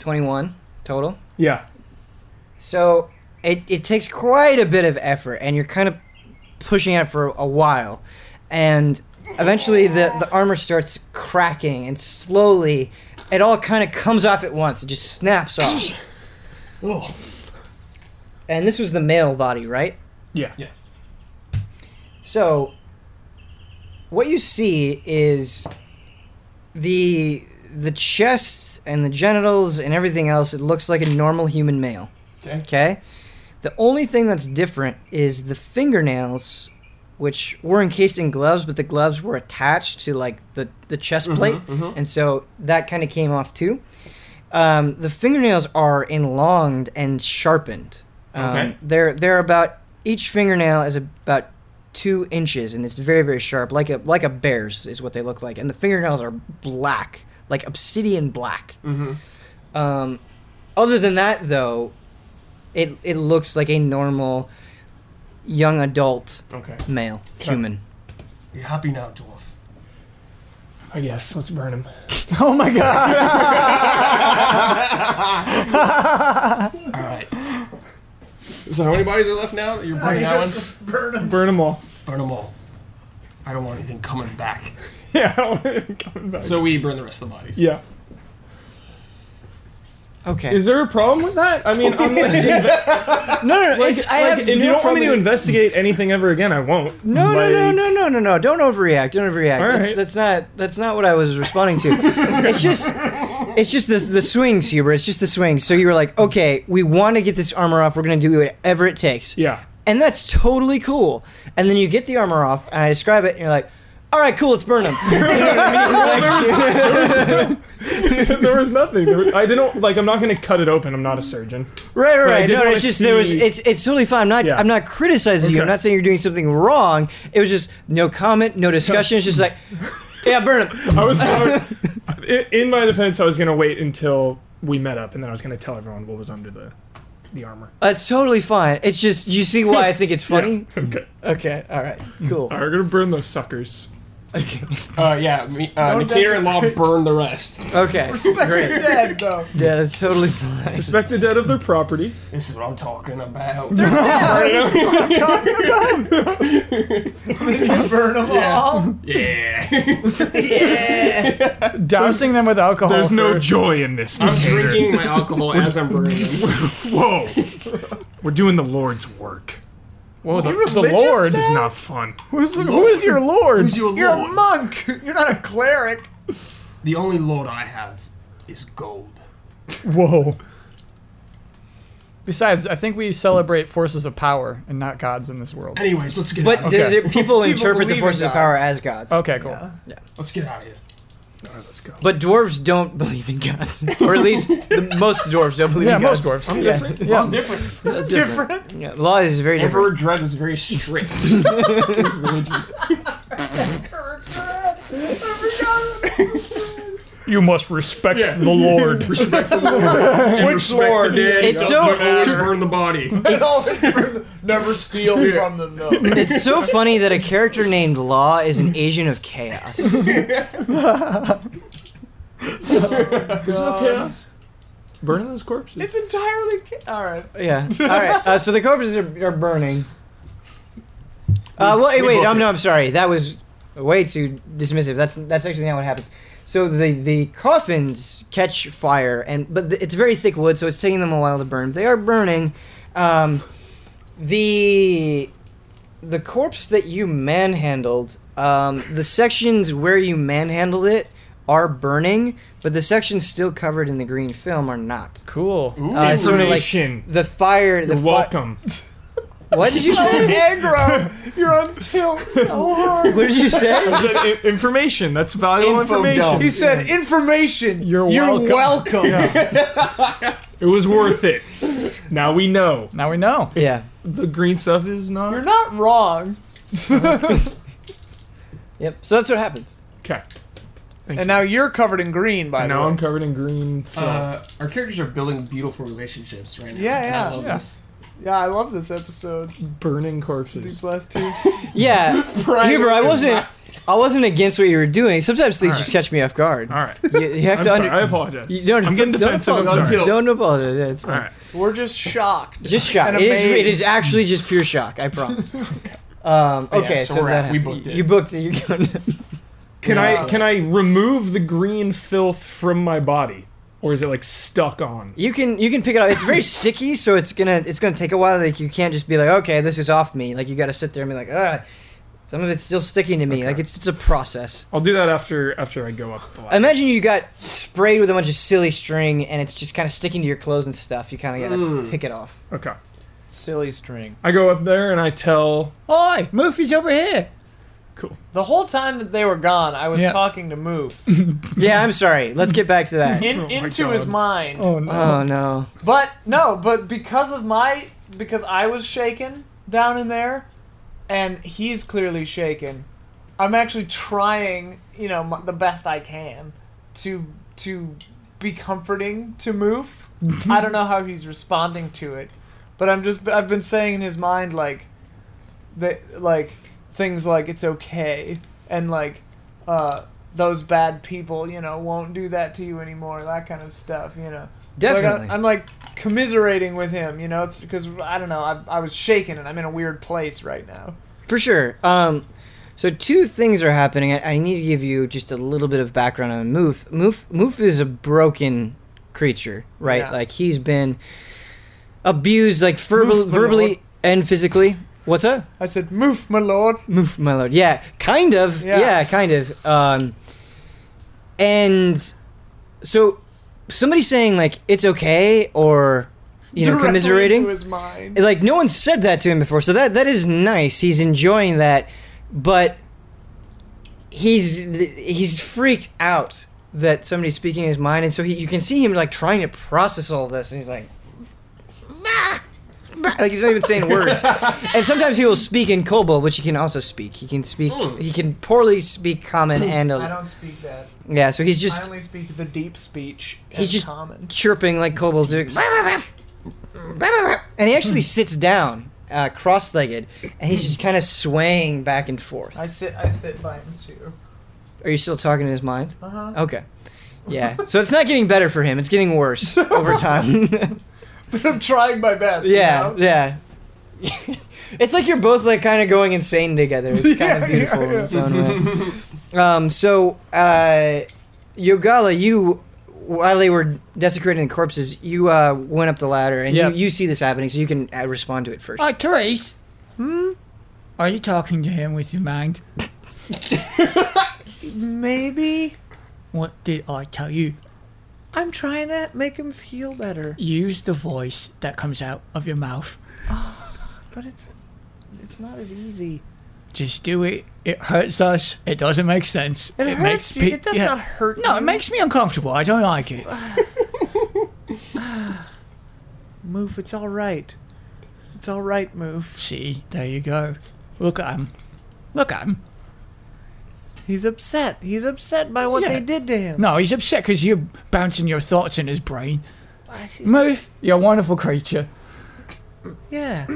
[SPEAKER 1] 21 total.
[SPEAKER 3] Yeah.
[SPEAKER 1] So it, it takes quite a bit of effort, and you're kind of pushing at it for a while. And eventually, the, the armor starts cracking, and slowly, it all kind of comes off at once. It just snaps off. and this was the male body, right?
[SPEAKER 3] Yeah.
[SPEAKER 5] Yeah.
[SPEAKER 1] So, what you see is the the chest and the genitals and everything else. It looks like a normal human male.
[SPEAKER 5] Okay.
[SPEAKER 1] Okay. The only thing that's different is the fingernails, which were encased in gloves, but the gloves were attached to like the the chest plate, and so that kind of came off too. Um, the fingernails are enlonged and sharpened. Um,
[SPEAKER 5] Okay.
[SPEAKER 1] They're they're about each fingernail is about two inches, and it's very very sharp, like a like a bear's is what they look like, and the fingernails are black, like obsidian black.
[SPEAKER 3] Mm-hmm.
[SPEAKER 1] Um, other than that, though, it it looks like a normal young adult
[SPEAKER 5] Okay.
[SPEAKER 1] male human.
[SPEAKER 5] You're happy now, dwarf.
[SPEAKER 3] I guess. Let's burn him.
[SPEAKER 7] Oh my god.
[SPEAKER 5] All right. So how many bodies are left now? You're burning that one.
[SPEAKER 8] Burn 'em.
[SPEAKER 3] Burn them all.
[SPEAKER 5] Burn them all. I don't want anything coming back.
[SPEAKER 3] Yeah. Coming back.
[SPEAKER 5] So we burn the rest of the bodies.
[SPEAKER 3] yeah.
[SPEAKER 1] Okay.
[SPEAKER 3] Is there a problem with that? I mean, I'm like,
[SPEAKER 1] no, no, no.
[SPEAKER 3] like,
[SPEAKER 1] it's, I
[SPEAKER 3] like,
[SPEAKER 1] have
[SPEAKER 3] if you
[SPEAKER 1] no
[SPEAKER 3] don't want me to
[SPEAKER 1] problem-
[SPEAKER 3] investigate anything ever again, I won't.
[SPEAKER 1] No, no, no,
[SPEAKER 3] Like-
[SPEAKER 1] no, no, no, no! Don't overreact. Don't overreact.
[SPEAKER 3] All
[SPEAKER 1] That's,
[SPEAKER 3] right.
[SPEAKER 1] that's not. That's not what I was responding to. it's just. It's just the the swings, Huber. It's just the swings. So you were like, okay, we want to get this armor off. We're gonna do whatever it takes.
[SPEAKER 3] Yeah.
[SPEAKER 1] And that's totally cool. And then you get the armor off, and I describe it, and you're like, all right, cool, let's burn him.
[SPEAKER 3] there was nothing. There was- I didn't like. I'm not going to cut it open. I'm not a surgeon.
[SPEAKER 1] Right, right,
[SPEAKER 3] But I
[SPEAKER 1] right.
[SPEAKER 3] did
[SPEAKER 1] No,
[SPEAKER 3] wanna
[SPEAKER 1] it's just there was.
[SPEAKER 3] see-
[SPEAKER 1] It's it's totally fine. I'm not.
[SPEAKER 3] Yeah.
[SPEAKER 1] I'm not criticizing you. I'm
[SPEAKER 3] Okay.
[SPEAKER 1] not saying you're doing something wrong. It was just no comment, no discussion. It's just like, yeah, burn him.
[SPEAKER 3] I was I was- in- in my defense. I was going to wait until we met up, and then I was going to tell everyone what was under the the armor.
[SPEAKER 1] That's totally fine. It's just you see why I think it's funny.
[SPEAKER 3] Okay.
[SPEAKER 1] Okay, all right, cool.
[SPEAKER 3] I'm going to burn those suckers.
[SPEAKER 5] Uh, yeah, me, uh, Nicator and Law burn the rest.
[SPEAKER 1] Okay, great.
[SPEAKER 2] Dead though.
[SPEAKER 1] Yeah, that's totally fine.
[SPEAKER 3] Respect the dead of their property.
[SPEAKER 5] This is what I'm talking about.
[SPEAKER 2] Burn them all.
[SPEAKER 5] yeah.
[SPEAKER 2] Dousing them with alcohol.
[SPEAKER 3] There's no
[SPEAKER 2] first.
[SPEAKER 3] joy in this.
[SPEAKER 5] I'm drinking my alcohol as I'm burning them.
[SPEAKER 3] Whoa. We're doing the Lord's work.
[SPEAKER 2] Whoa, the, the
[SPEAKER 3] This
[SPEAKER 2] Lord.
[SPEAKER 3] is not fun.
[SPEAKER 2] Who's the, who is your Lord?
[SPEAKER 5] Who's your
[SPEAKER 2] You're
[SPEAKER 5] Lord?
[SPEAKER 2] a monk. You're not a cleric.
[SPEAKER 5] The only lord I have is gold.
[SPEAKER 2] Whoa. Besides, I think we celebrate forces of power and not gods in this world.
[SPEAKER 5] Anyways, let's get out
[SPEAKER 1] But
[SPEAKER 5] of
[SPEAKER 1] there,
[SPEAKER 2] Okay.
[SPEAKER 1] there, people interpret the
[SPEAKER 2] believe in
[SPEAKER 1] forces of
[SPEAKER 2] gods.
[SPEAKER 1] power as gods.
[SPEAKER 2] Okay, cool.
[SPEAKER 5] Let's get out of here.
[SPEAKER 1] But dwarves don't believe in gods, or at least the, most dwarves don't believe
[SPEAKER 2] Yeah,
[SPEAKER 1] in
[SPEAKER 2] most
[SPEAKER 1] gods.
[SPEAKER 2] dwarves.
[SPEAKER 5] I'm different.
[SPEAKER 2] Yeah.
[SPEAKER 5] I'm different.
[SPEAKER 1] Most different. Yeah, law is very
[SPEAKER 5] Emperor
[SPEAKER 1] different.
[SPEAKER 5] Dread was very strict.
[SPEAKER 2] You must respect the Lord.
[SPEAKER 5] Respect the Lord. Which
[SPEAKER 4] Lord?
[SPEAKER 1] It's so-
[SPEAKER 5] always burn the body.
[SPEAKER 4] Never steal from them though.
[SPEAKER 1] It's so funny that a character named Law is an agent of chaos.
[SPEAKER 3] chaos. Burning those corpses.
[SPEAKER 4] It's entirely all right.
[SPEAKER 1] Yeah. All right. Uh, so the corpses are, are burning. Uh, well, wait, wait. I'm, no, I'm sorry. That was way too dismissive. That's that's actually not what happens. So the the coffins catch fire, and but the, it's very thick wood, so it's taking them a while to burn. They are burning. Um, the the corpse that you manhandled, um, the sections where you manhandled it are burning, but the sections still covered in the green film are not.
[SPEAKER 2] Cool.
[SPEAKER 1] Uh, sort of like
[SPEAKER 3] Information.
[SPEAKER 1] the fire. The fi-
[SPEAKER 3] You're welcome.
[SPEAKER 1] what did you say?
[SPEAKER 2] Aggro. You're on tilt so hard.
[SPEAKER 1] What did you say?
[SPEAKER 3] Is that i- information. That's valuable
[SPEAKER 5] Info
[SPEAKER 3] information.
[SPEAKER 5] dump.
[SPEAKER 4] He said information.
[SPEAKER 2] You're welcome.
[SPEAKER 3] It was worth it. Now we know.
[SPEAKER 2] Now we know.
[SPEAKER 1] yeah.
[SPEAKER 3] The green stuff is not.
[SPEAKER 4] You're not wrong.
[SPEAKER 1] Yep. So that's what happens.
[SPEAKER 3] Okay.
[SPEAKER 4] And now you're covered in green, by
[SPEAKER 3] And
[SPEAKER 4] the
[SPEAKER 3] now
[SPEAKER 4] way.
[SPEAKER 3] I'm covered in green stuff.
[SPEAKER 5] Uh, our characters are building beautiful relationships right now.
[SPEAKER 4] Yeah,
[SPEAKER 5] And
[SPEAKER 4] yeah,
[SPEAKER 5] I love
[SPEAKER 4] yeah.
[SPEAKER 5] this.
[SPEAKER 4] yeah, I love this episode.
[SPEAKER 3] burning corpses.
[SPEAKER 4] These last two.
[SPEAKER 1] Yeah. Huber, I wasn't. I wasn't against what you were doing. Sometimes things just catch me off guard.
[SPEAKER 3] All right.
[SPEAKER 1] You, you have
[SPEAKER 3] I'm
[SPEAKER 1] to
[SPEAKER 3] sorry.
[SPEAKER 1] under.
[SPEAKER 3] I apologize.
[SPEAKER 1] you don't,
[SPEAKER 3] I'm getting
[SPEAKER 1] don't
[SPEAKER 3] defensive. I'm
[SPEAKER 1] apologize.
[SPEAKER 3] sorry.
[SPEAKER 1] Don't apologize. Yeah, it's
[SPEAKER 3] All
[SPEAKER 1] fine.
[SPEAKER 3] right.
[SPEAKER 4] We're just shocked.
[SPEAKER 1] Just shock.
[SPEAKER 4] And
[SPEAKER 1] It is, it
[SPEAKER 4] amazed.
[SPEAKER 1] is actually just pure shock. I promise.
[SPEAKER 3] Oh,
[SPEAKER 1] Um, okay,
[SPEAKER 5] so
[SPEAKER 1] so,
[SPEAKER 5] we're
[SPEAKER 1] that
[SPEAKER 5] at- we
[SPEAKER 1] happened.
[SPEAKER 5] booked it.
[SPEAKER 1] You booked it. You're going.
[SPEAKER 3] Can
[SPEAKER 5] Yeah.
[SPEAKER 3] I can I remove the green filth from my body, or is it like stuck on?
[SPEAKER 1] You can you can pick it up. It's very sticky, so it's gonna it's gonna take a while. Like you can't just be like, okay, this is off me. Like you got to sit there and be like, ah. Some of it's still sticking to me. Like it's it's a process.
[SPEAKER 3] I'll do that after after I go up. The ladder.
[SPEAKER 1] Imagine you got sprayed with a bunch of silly string and it's just kind of sticking to your clothes and stuff. You kind of gotta pick it off.
[SPEAKER 3] Okay.
[SPEAKER 4] Silly string.
[SPEAKER 3] I go up there and I tell.
[SPEAKER 9] Hi, Murphy's over here.
[SPEAKER 4] The whole time that they were gone, I was
[SPEAKER 2] Yeah.
[SPEAKER 4] talking to Moof
[SPEAKER 1] Yeah, I'm sorry. Let's get back to that.
[SPEAKER 4] in, into his mind.
[SPEAKER 2] Oh no.
[SPEAKER 1] Oh no.
[SPEAKER 4] But no, but because of my because I was shaken down in there, and he's clearly shaken. I'm actually trying, you know, m the best I can to to be comforting to Moof. I don't know how he's responding to it, but I'm just I've been saying in his mind like that like things like it's okay and like uh those bad people, you know, won't do that to you anymore, that kind of stuff, you know.
[SPEAKER 1] Definitely.
[SPEAKER 4] Like, I, am like commiserating with him, you know, because I don't know, I, I was shaken and I'm in a weird place right now.
[SPEAKER 1] For sure. Um, so two things are happening. I, I need to give you just a little bit of background on Moof. Moof, Moof is a broken creature, right?
[SPEAKER 4] Yeah.
[SPEAKER 1] Like he's been abused, like verbal,
[SPEAKER 4] Moof, my lord.
[SPEAKER 1] verbally and physically. What's up?
[SPEAKER 4] I said, "Move, my lord."
[SPEAKER 1] Moof, my lord. Yeah, kind of. Yeah,
[SPEAKER 4] Yeah.
[SPEAKER 1] kind of. Um, and so somebody saying like it's okay or you know
[SPEAKER 4] Directly
[SPEAKER 1] commiserating
[SPEAKER 4] into his mind.
[SPEAKER 1] like no one said that to him before so that that is nice he's enjoying that but he's he's freaked out that somebody's speaking his mind, and so he, you can see him like trying to process all this, and he's like, "Bah, bah," like he's not even saying words. and sometimes he will speak in Kobo, which he can also speak. He can speak.
[SPEAKER 5] Mm.
[SPEAKER 1] He can poorly speak Common and
[SPEAKER 10] Hmm. I
[SPEAKER 1] a,
[SPEAKER 10] don't speak that.
[SPEAKER 1] yeah. So he's
[SPEAKER 10] I
[SPEAKER 1] just
[SPEAKER 10] only speak the deep speech.
[SPEAKER 1] He's
[SPEAKER 10] He's
[SPEAKER 1] just-
[SPEAKER 10] just common.
[SPEAKER 1] chirping like Kobolds do. And he actually sits down, uh, cross-legged, and he's just kind of swaying back and forth.
[SPEAKER 10] I sit. I sit by him too.
[SPEAKER 1] Are you still talking in his mind?
[SPEAKER 10] Uh huh.
[SPEAKER 1] Okay. Yeah. So it's not getting better for him. It's getting worse over time.
[SPEAKER 10] I'm trying my best. you
[SPEAKER 1] yeah.
[SPEAKER 10] know?
[SPEAKER 1] Yeah. it's like you're both like kind of going insane together. It's kind
[SPEAKER 10] Yeah,
[SPEAKER 1] of beautiful
[SPEAKER 10] yeah,
[SPEAKER 1] in its own way. um, so, uh, Yogala, you while they were desecrating the corpses, you uh, went up the ladder and
[SPEAKER 2] Yeah.
[SPEAKER 1] you, you see this happening, so you can uh, respond to it first.
[SPEAKER 2] Oh, Therese. Hmm? Are you talking to him with your mind?
[SPEAKER 4] Maybe
[SPEAKER 2] What did I tell you?
[SPEAKER 4] I'm trying to make him feel better,
[SPEAKER 2] Use the voice that comes out of your mouth.
[SPEAKER 4] but it's it's not as easy.
[SPEAKER 2] Just do it. It hurts us. It doesn't make sense.
[SPEAKER 4] It, hurts
[SPEAKER 2] makes
[SPEAKER 4] you.
[SPEAKER 2] pe-
[SPEAKER 4] it does
[SPEAKER 2] yeah.
[SPEAKER 4] not hurt.
[SPEAKER 2] No,
[SPEAKER 4] you.
[SPEAKER 2] it makes me uncomfortable. I don't like it.
[SPEAKER 4] move. It's all right. It's all right. Move.
[SPEAKER 2] See, there you go. Look at him. Look at him.
[SPEAKER 4] He's upset. He's upset by what
[SPEAKER 2] Yeah.
[SPEAKER 4] they did to him.
[SPEAKER 2] No, he's upset because you're bouncing your thoughts in his brain. Move. You're a wonderful creature.
[SPEAKER 4] Yeah.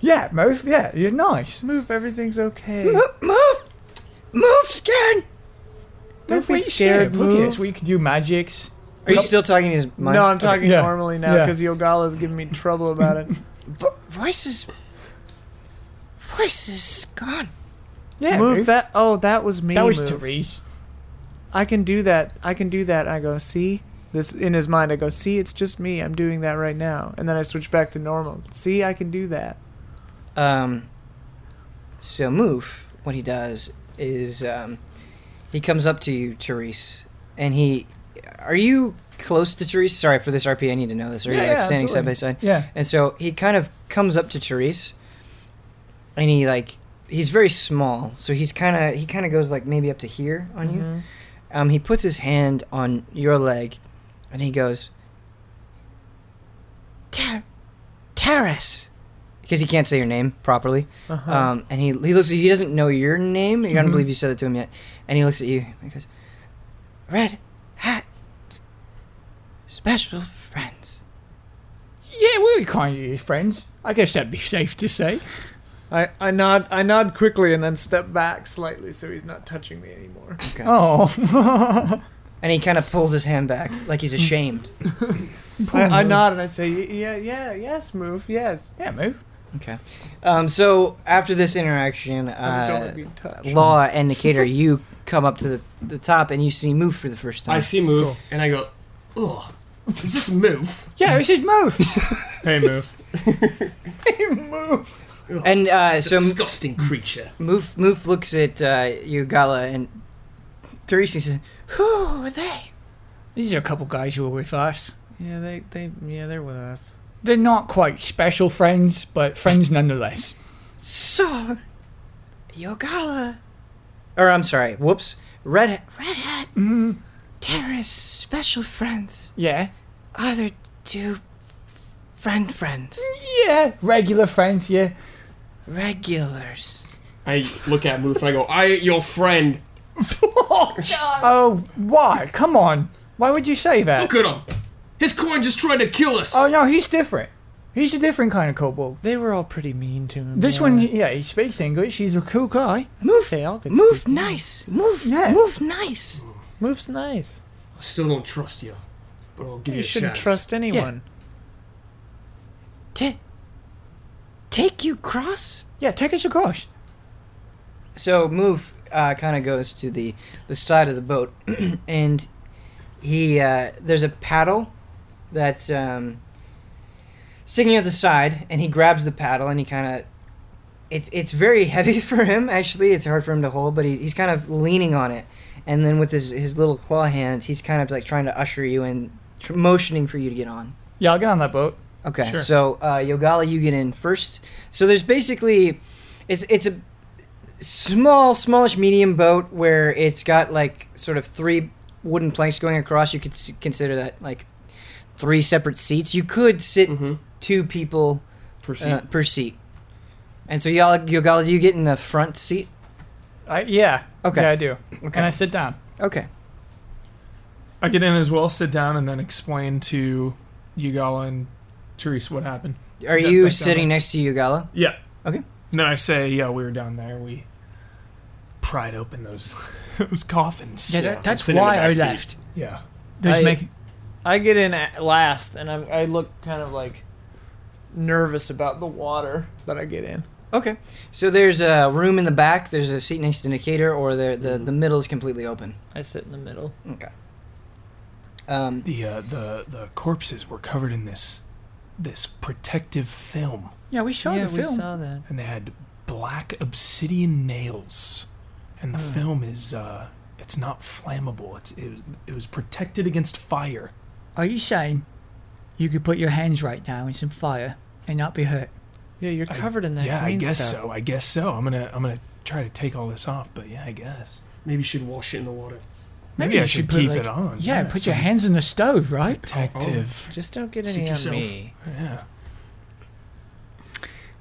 [SPEAKER 2] Yeah, move. Yeah, you're nice.
[SPEAKER 4] Move. Everything's okay.
[SPEAKER 1] Move, move, skin.
[SPEAKER 4] Don't
[SPEAKER 2] What
[SPEAKER 4] be
[SPEAKER 2] are you
[SPEAKER 4] scared.
[SPEAKER 2] of? Look at
[SPEAKER 4] Move.
[SPEAKER 2] us. We can do magics.
[SPEAKER 1] Are you still talking in his mind?
[SPEAKER 10] No, I'm talking
[SPEAKER 2] Yeah.
[SPEAKER 10] normally now
[SPEAKER 2] Yeah.
[SPEAKER 10] because Yogala's giving me trouble about it.
[SPEAKER 6] Vo- voices. Voices gone.
[SPEAKER 2] Yeah,
[SPEAKER 4] move that. Oh, that was me.
[SPEAKER 2] That was
[SPEAKER 4] move.
[SPEAKER 2] Therese.
[SPEAKER 4] I can do that. I can do that. I go, see? This in his mind, I go, see, it's just me. I'm doing that right now. And then I switch back to normal. See, I can do that.
[SPEAKER 1] Um, so move. What he does is um, he comes up to you, Therese, and he. Are you close to Therese? Sorry for this RP. I need to know this. Are you
[SPEAKER 2] Yeah,
[SPEAKER 1] like
[SPEAKER 2] yeah,
[SPEAKER 1] standing
[SPEAKER 2] absolutely.
[SPEAKER 1] side by side?
[SPEAKER 2] Yeah.
[SPEAKER 1] And so he kind of comes up to Therese, and he like he's very small, so he's kind of he kind of goes like maybe up to here on
[SPEAKER 2] Mm-hmm.
[SPEAKER 1] you.
[SPEAKER 4] Mm-hmm.
[SPEAKER 1] Um, he puts his hand on your leg, and he goes,
[SPEAKER 6] Ter-
[SPEAKER 1] Terrace. Because he can't say your name properly.
[SPEAKER 2] Uh-huh. Uh,
[SPEAKER 1] Um, and he, he looks he doesn't know your name. You
[SPEAKER 10] Mm-hmm.
[SPEAKER 1] don't believe you said it to him yet. And he looks at you and he goes,
[SPEAKER 6] red hat. Special friends.
[SPEAKER 2] Yeah, we were kind of your friends. I guess that'd be safe to say.
[SPEAKER 10] I, I nod I nod quickly and then step back slightly so he's not touching me anymore.
[SPEAKER 2] Oh.
[SPEAKER 1] and he kind of pulls his hand back like
[SPEAKER 10] Hmm.
[SPEAKER 1] he's ashamed.
[SPEAKER 10] I, I nod and I say, "Y- yeah, yeah, yes, move, yes.
[SPEAKER 2] yeah, move.
[SPEAKER 1] okay. Um, so after this interaction,
[SPEAKER 10] I just don't want
[SPEAKER 1] uh,
[SPEAKER 10] to be touched.
[SPEAKER 1] Law and Nicator, you come up to the, the top and you see Move for the first time.
[SPEAKER 5] I see move, and I go, ugh. Is this move?
[SPEAKER 2] Yeah, it's his move.
[SPEAKER 3] Hey, move.
[SPEAKER 1] And uh, so
[SPEAKER 5] Disgusting creature.
[SPEAKER 1] Move Move looks at uh, Yugala and Therese and says,
[SPEAKER 6] Who are they?
[SPEAKER 2] These are a couple guys who were with us.
[SPEAKER 4] Yeah, they, they yeah, they're with us.
[SPEAKER 2] They're not quite special friends, but friends nonetheless.
[SPEAKER 6] So, Yogala,
[SPEAKER 1] or I'm sorry, whoops, Red
[SPEAKER 6] Red Hat, Terrace, special friends.
[SPEAKER 2] Yeah.
[SPEAKER 6] Other two friend friends.
[SPEAKER 2] Yeah, regular friends, yeah.
[SPEAKER 6] Regulars.
[SPEAKER 5] I look at move and I go, I ain't your friend.
[SPEAKER 2] Oh, why? Come on. Why would you say that?
[SPEAKER 5] Look at him. His coin just tried to kill us.
[SPEAKER 2] Oh, no, he's different. He's a different kind of kobold.
[SPEAKER 4] They were all pretty mean to him.
[SPEAKER 2] This
[SPEAKER 4] yeah.
[SPEAKER 2] one, yeah, he speaks English. He's a cool guy.
[SPEAKER 6] Move.
[SPEAKER 4] They all could
[SPEAKER 6] Move
[SPEAKER 4] speak-
[SPEAKER 6] nice. Move.
[SPEAKER 2] Yeah.
[SPEAKER 6] Move nice.
[SPEAKER 4] Move's nice.
[SPEAKER 5] I still don't trust you, but I'll give you,
[SPEAKER 4] You
[SPEAKER 5] a
[SPEAKER 4] shouldn't
[SPEAKER 5] chance.
[SPEAKER 4] trust anyone.
[SPEAKER 6] Ta- take you cross.
[SPEAKER 2] Yeah, take us across.
[SPEAKER 1] So Moof uh, kind of goes to the, the side of the boat, and he uh, there's a paddle that's um, sticking at the side, and he grabs the paddle and he kind of it's it's very heavy for him actually. It's hard for him to hold, but he, he's kind of leaning on it, and then with his his little claw hands, he's kind of like trying to usher you and tr- motioning for you to get on.
[SPEAKER 2] Yeah, I'll get on that boat.
[SPEAKER 1] Okay,
[SPEAKER 2] Sure.
[SPEAKER 1] so uh, Yogala, you get in first. So there's basically, it's it's a small, smallish, medium boat where it's got like sort of three wooden planks going across, you could s- consider that like three separate seats. You could sit
[SPEAKER 3] Mm-hmm.
[SPEAKER 1] two people
[SPEAKER 5] Per
[SPEAKER 1] uh,
[SPEAKER 5] seat.
[SPEAKER 1] per seat. And so y'all, you all you get in the front seat.
[SPEAKER 7] I, yeah.
[SPEAKER 1] Okay.
[SPEAKER 7] Yeah, I do.
[SPEAKER 1] Okay.
[SPEAKER 7] And I sit down.
[SPEAKER 1] Okay.
[SPEAKER 3] I get in as well, sit down, and then explain to Yugala and Therese what happened.
[SPEAKER 1] Are
[SPEAKER 3] Yeah,
[SPEAKER 1] you
[SPEAKER 3] back down
[SPEAKER 1] sitting
[SPEAKER 3] there.
[SPEAKER 1] next to Yugala?
[SPEAKER 3] Yeah.
[SPEAKER 1] Okay.
[SPEAKER 3] And then I say, yeah, we were down there. We pried open those those coffins.
[SPEAKER 2] Yeah,
[SPEAKER 3] Yeah.
[SPEAKER 2] that, that's
[SPEAKER 5] sitting in the
[SPEAKER 2] why
[SPEAKER 5] back
[SPEAKER 2] I
[SPEAKER 5] seat.
[SPEAKER 2] left.
[SPEAKER 3] yeah.
[SPEAKER 2] There's
[SPEAKER 10] I-
[SPEAKER 2] making
[SPEAKER 10] I get in at last, and I'm, I look kind of like nervous about the water that I get in.
[SPEAKER 1] Okay. So there's a room in the back. There's a seat next to Nicator, or the the,
[SPEAKER 3] Mm-hmm.
[SPEAKER 1] the middle is completely open.
[SPEAKER 10] I sit in the middle.
[SPEAKER 1] Okay. Um,
[SPEAKER 3] The uh, the the corpses were covered in this this protective film,
[SPEAKER 2] Yeah, we shot the film.
[SPEAKER 10] that.
[SPEAKER 3] and they had black obsidian nails, and the film is uh, it's not flammable. It's it, it was protected against fire.
[SPEAKER 2] Are you saying you could put your hands right now in some fire and not be hurt?
[SPEAKER 4] Yeah, you're
[SPEAKER 3] I-
[SPEAKER 4] covered in that.
[SPEAKER 3] yeah, I
[SPEAKER 4] green
[SPEAKER 3] guess
[SPEAKER 4] stuff.
[SPEAKER 3] so. I guess so. I'm gonna I'm gonna try to take all this off, but yeah, I guess
[SPEAKER 5] Maybe you should wash it in the water.
[SPEAKER 3] maybe,
[SPEAKER 2] you
[SPEAKER 3] I should,
[SPEAKER 2] put,
[SPEAKER 3] keep
[SPEAKER 2] like-
[SPEAKER 3] it on.
[SPEAKER 2] Yeah, put your
[SPEAKER 3] some
[SPEAKER 2] hands in the stove, right?
[SPEAKER 3] protective.
[SPEAKER 4] Just don't get
[SPEAKER 5] Suit
[SPEAKER 4] any on
[SPEAKER 5] yourself.
[SPEAKER 4] me.
[SPEAKER 3] Yeah.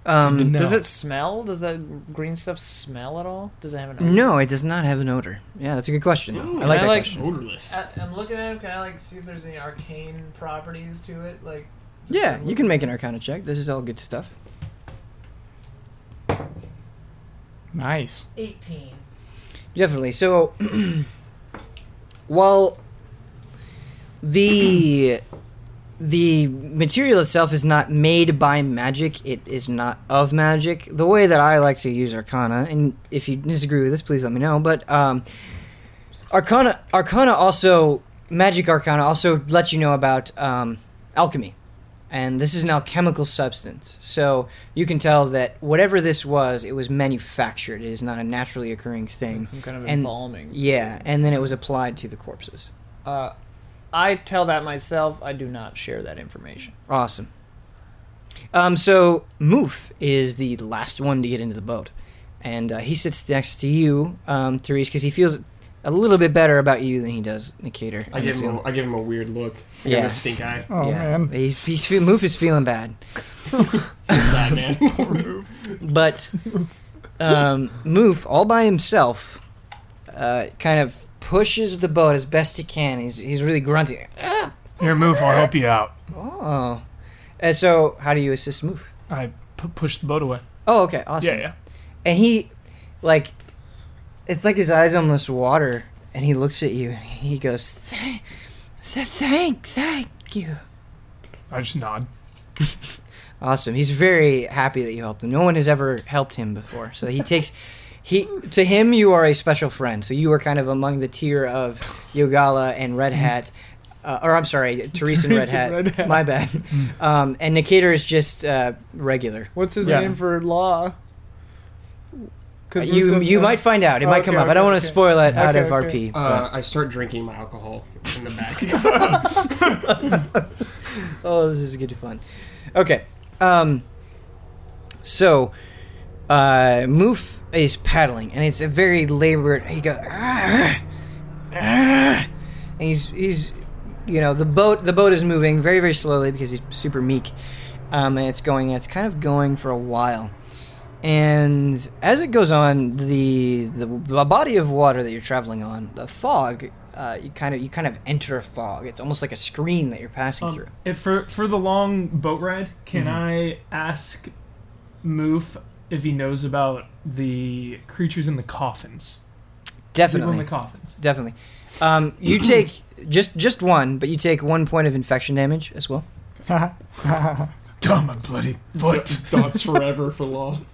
[SPEAKER 1] um,
[SPEAKER 3] No.
[SPEAKER 10] Does it smell? Does that green stuff smell at all? Does it have an odor?
[SPEAKER 1] no, it does not have an odor. Yeah, that's a good question. Though.
[SPEAKER 5] Ooh,
[SPEAKER 1] I like
[SPEAKER 10] I
[SPEAKER 1] that
[SPEAKER 10] like-
[SPEAKER 1] question.
[SPEAKER 5] Odorless.
[SPEAKER 10] I, I'm looking at him. Can I like see if there's any arcane properties to it? Like,
[SPEAKER 1] Yeah, you can make an Arcana check. This is all good stuff.
[SPEAKER 7] Nice.
[SPEAKER 8] 18.
[SPEAKER 1] Definitely. So, while the the material itself is not made by magic, it is not of magic. The way that I like to use Arcana, and if you disagree with this, please let me know. But um, Arcana, Arcana also magic Arcana also lets you know about um, alchemy, and this is an alchemical substance. So you can tell that whatever this was, it was manufactured. It is not a naturally occurring thing.
[SPEAKER 10] some kind of
[SPEAKER 1] And-
[SPEAKER 10] embalming.
[SPEAKER 1] Yeah, and then it was applied to the corpses.
[SPEAKER 10] Uh, I tell that myself. I do not share that information.
[SPEAKER 1] Awesome. Um, so Moof is the last one to get into the boat, and uh, he sits next to you, um, Therese, because he feels a little bit better about you than he does Nicator.
[SPEAKER 5] I give him a, I give him a weird look. I give him
[SPEAKER 1] Yeah.
[SPEAKER 5] a stink eye.
[SPEAKER 7] Oh, man.
[SPEAKER 1] He, he's fe- Moof is feeling bad,
[SPEAKER 5] Bad man.
[SPEAKER 1] but um, Moof all by himself, uh, kind of pushes the boat as best he can. He's he's really grunting.
[SPEAKER 3] Here, move. I'll help you out.
[SPEAKER 1] Oh, and so how do you assist Moof?
[SPEAKER 3] I pu- push the boat away.
[SPEAKER 1] Oh, okay, awesome.
[SPEAKER 3] Yeah, yeah.
[SPEAKER 1] and he like it's like his eyes almost water and he looks at you and he goes "Thank- th- thank thank you
[SPEAKER 3] I just nod.
[SPEAKER 1] awesome he's very happy that you helped him no one has ever helped him before so he takes he to him you are a special friend so you are kind of among the tier of yogala and red hat uh, or i'm sorry teresa and red
[SPEAKER 7] Therese Mm. and
[SPEAKER 1] hat,
[SPEAKER 7] Red Hat. Mm.
[SPEAKER 1] my bad um, and nikator is just uh, regular
[SPEAKER 7] What's his
[SPEAKER 3] Yeah.
[SPEAKER 7] name for law? Because
[SPEAKER 1] Uh, you you might find out it might come
[SPEAKER 7] Oh, Okay,
[SPEAKER 1] up i don't
[SPEAKER 7] okay,
[SPEAKER 1] want
[SPEAKER 7] okay.
[SPEAKER 1] to spoil it out
[SPEAKER 7] Okay,
[SPEAKER 1] of
[SPEAKER 7] okay.
[SPEAKER 1] rp but-
[SPEAKER 5] Uh, I start drinking my alcohol in the back.
[SPEAKER 1] Oh, this is good fun. Okay. Um so uh Moof is paddling and it's a very labored he goes "Ah, ah," and he's he's you know, the boat the boat is moving very, very slowly because he's super meek. Um and it's going it's kind of going for a while. And as it goes on, the, the the body of water that you're traveling on, the fog, uh, you kind of you kind of enter a fog. It's almost like a screen that you're passing through. Mm-hmm.
[SPEAKER 3] Um, if for for the long boat ride, can I ask Moof if he knows about the creatures in the coffins? People in
[SPEAKER 1] Definitely,
[SPEAKER 3] the coffins.
[SPEAKER 1] definitely. Um, you take just just one, but you take one point of infection damage as well.
[SPEAKER 3] Damn my bloody foot!
[SPEAKER 5] Dots forever for law.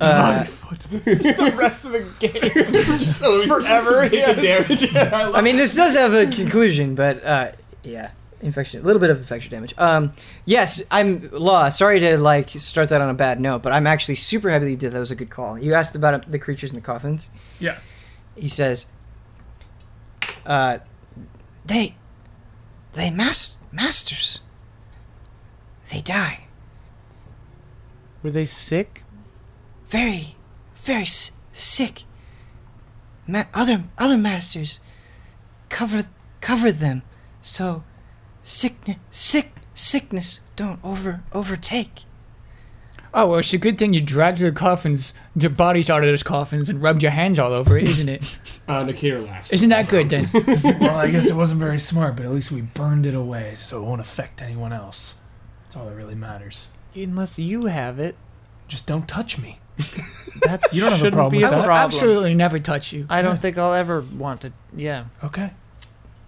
[SPEAKER 1] Uh,
[SPEAKER 3] foot.
[SPEAKER 10] the rest of the game.
[SPEAKER 5] So forever. Taking damage.
[SPEAKER 1] I mean, this does have a conclusion, but uh, yeah, infection, a little bit of infection damage. Um, yes, I'm Law. Sorry to like start that on a bad note, but I'm actually super happy that you did. That was a good call. You asked about uh, the creatures in the coffins.
[SPEAKER 3] Yeah.
[SPEAKER 1] He says, uh,
[SPEAKER 6] They. They mas- masters. They die.
[SPEAKER 4] Were they sick?
[SPEAKER 6] Very, very s- sick. Ma- other, other masters cover cover them, so sickness sick sickness don't over overtake.
[SPEAKER 2] Oh, well, it's a good thing you dragged their coffins, their bodies out of those coffins, and rubbed your hands all over it, isn't it?
[SPEAKER 5] Uh, Nakira laughs.
[SPEAKER 2] Isn't that good then?
[SPEAKER 11] well, I guess it wasn't very smart, but at least we burned it away, so it won't affect anyone else. That's all that really matters.
[SPEAKER 4] Unless you have it.
[SPEAKER 11] Just don't touch me.
[SPEAKER 4] That's
[SPEAKER 11] You don't have a
[SPEAKER 4] shouldn't
[SPEAKER 11] problem
[SPEAKER 4] be
[SPEAKER 11] with
[SPEAKER 4] a
[SPEAKER 11] that?
[SPEAKER 2] I'll
[SPEAKER 4] problem.
[SPEAKER 2] absolutely never touch you.
[SPEAKER 4] I don't think I'll ever want to. Yeah.
[SPEAKER 11] Okay.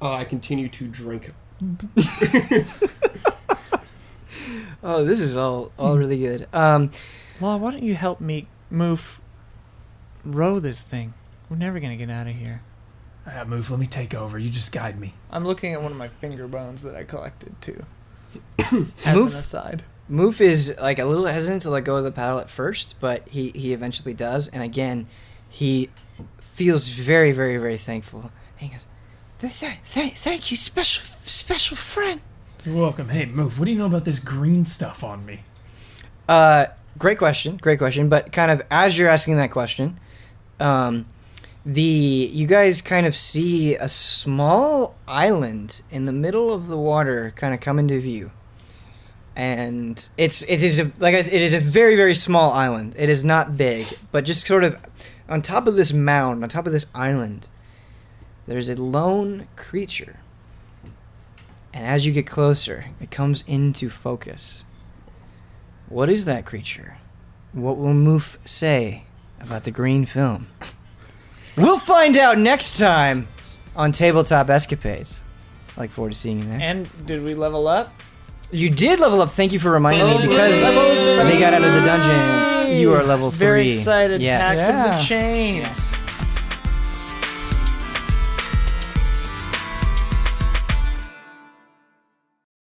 [SPEAKER 5] Uh, I continue to drink.
[SPEAKER 1] Oh, this is all
[SPEAKER 6] Hmm.
[SPEAKER 1] all really good. Um,
[SPEAKER 4] Law, why don't you help me move, row this thing? We're never gonna get out of here.
[SPEAKER 11] Ah, move. Let me take over. You just guide me.
[SPEAKER 10] I'm looking at one of my finger bones that I collected too. As
[SPEAKER 1] Move.
[SPEAKER 10] an aside.
[SPEAKER 1] Moof is like a little hesitant to let go of the paddle at first, but he he eventually does, and again, he feels very very very thankful. He goes,
[SPEAKER 6] Th- th- th- thank you, special special friend.
[SPEAKER 11] You're welcome. Hey, move. What do you know about this green stuff on me?
[SPEAKER 1] Uh, great question, great question. But kind of as you're asking that question, um, the you guys kind of see a small island in the middle of the water kind of come into view, and it's it is a, like I s- it is a very very small island. It is not big, but just sort of on top of this mound, on top of this island, there's a lone creature. And as you get closer, it comes into focus. What is that creature? What will Moof say about the green film? We'll find out next time on Tabletop Escapades. I look forward to seeing you there.
[SPEAKER 10] And did we level up?
[SPEAKER 1] You did level up. Thank you for reminding
[SPEAKER 4] Oh,
[SPEAKER 1] me because they got out of the dungeon. You are level
[SPEAKER 4] Very
[SPEAKER 1] three.
[SPEAKER 4] excited.
[SPEAKER 1] Yes.
[SPEAKER 4] Pact of the chain.
[SPEAKER 10] Yes.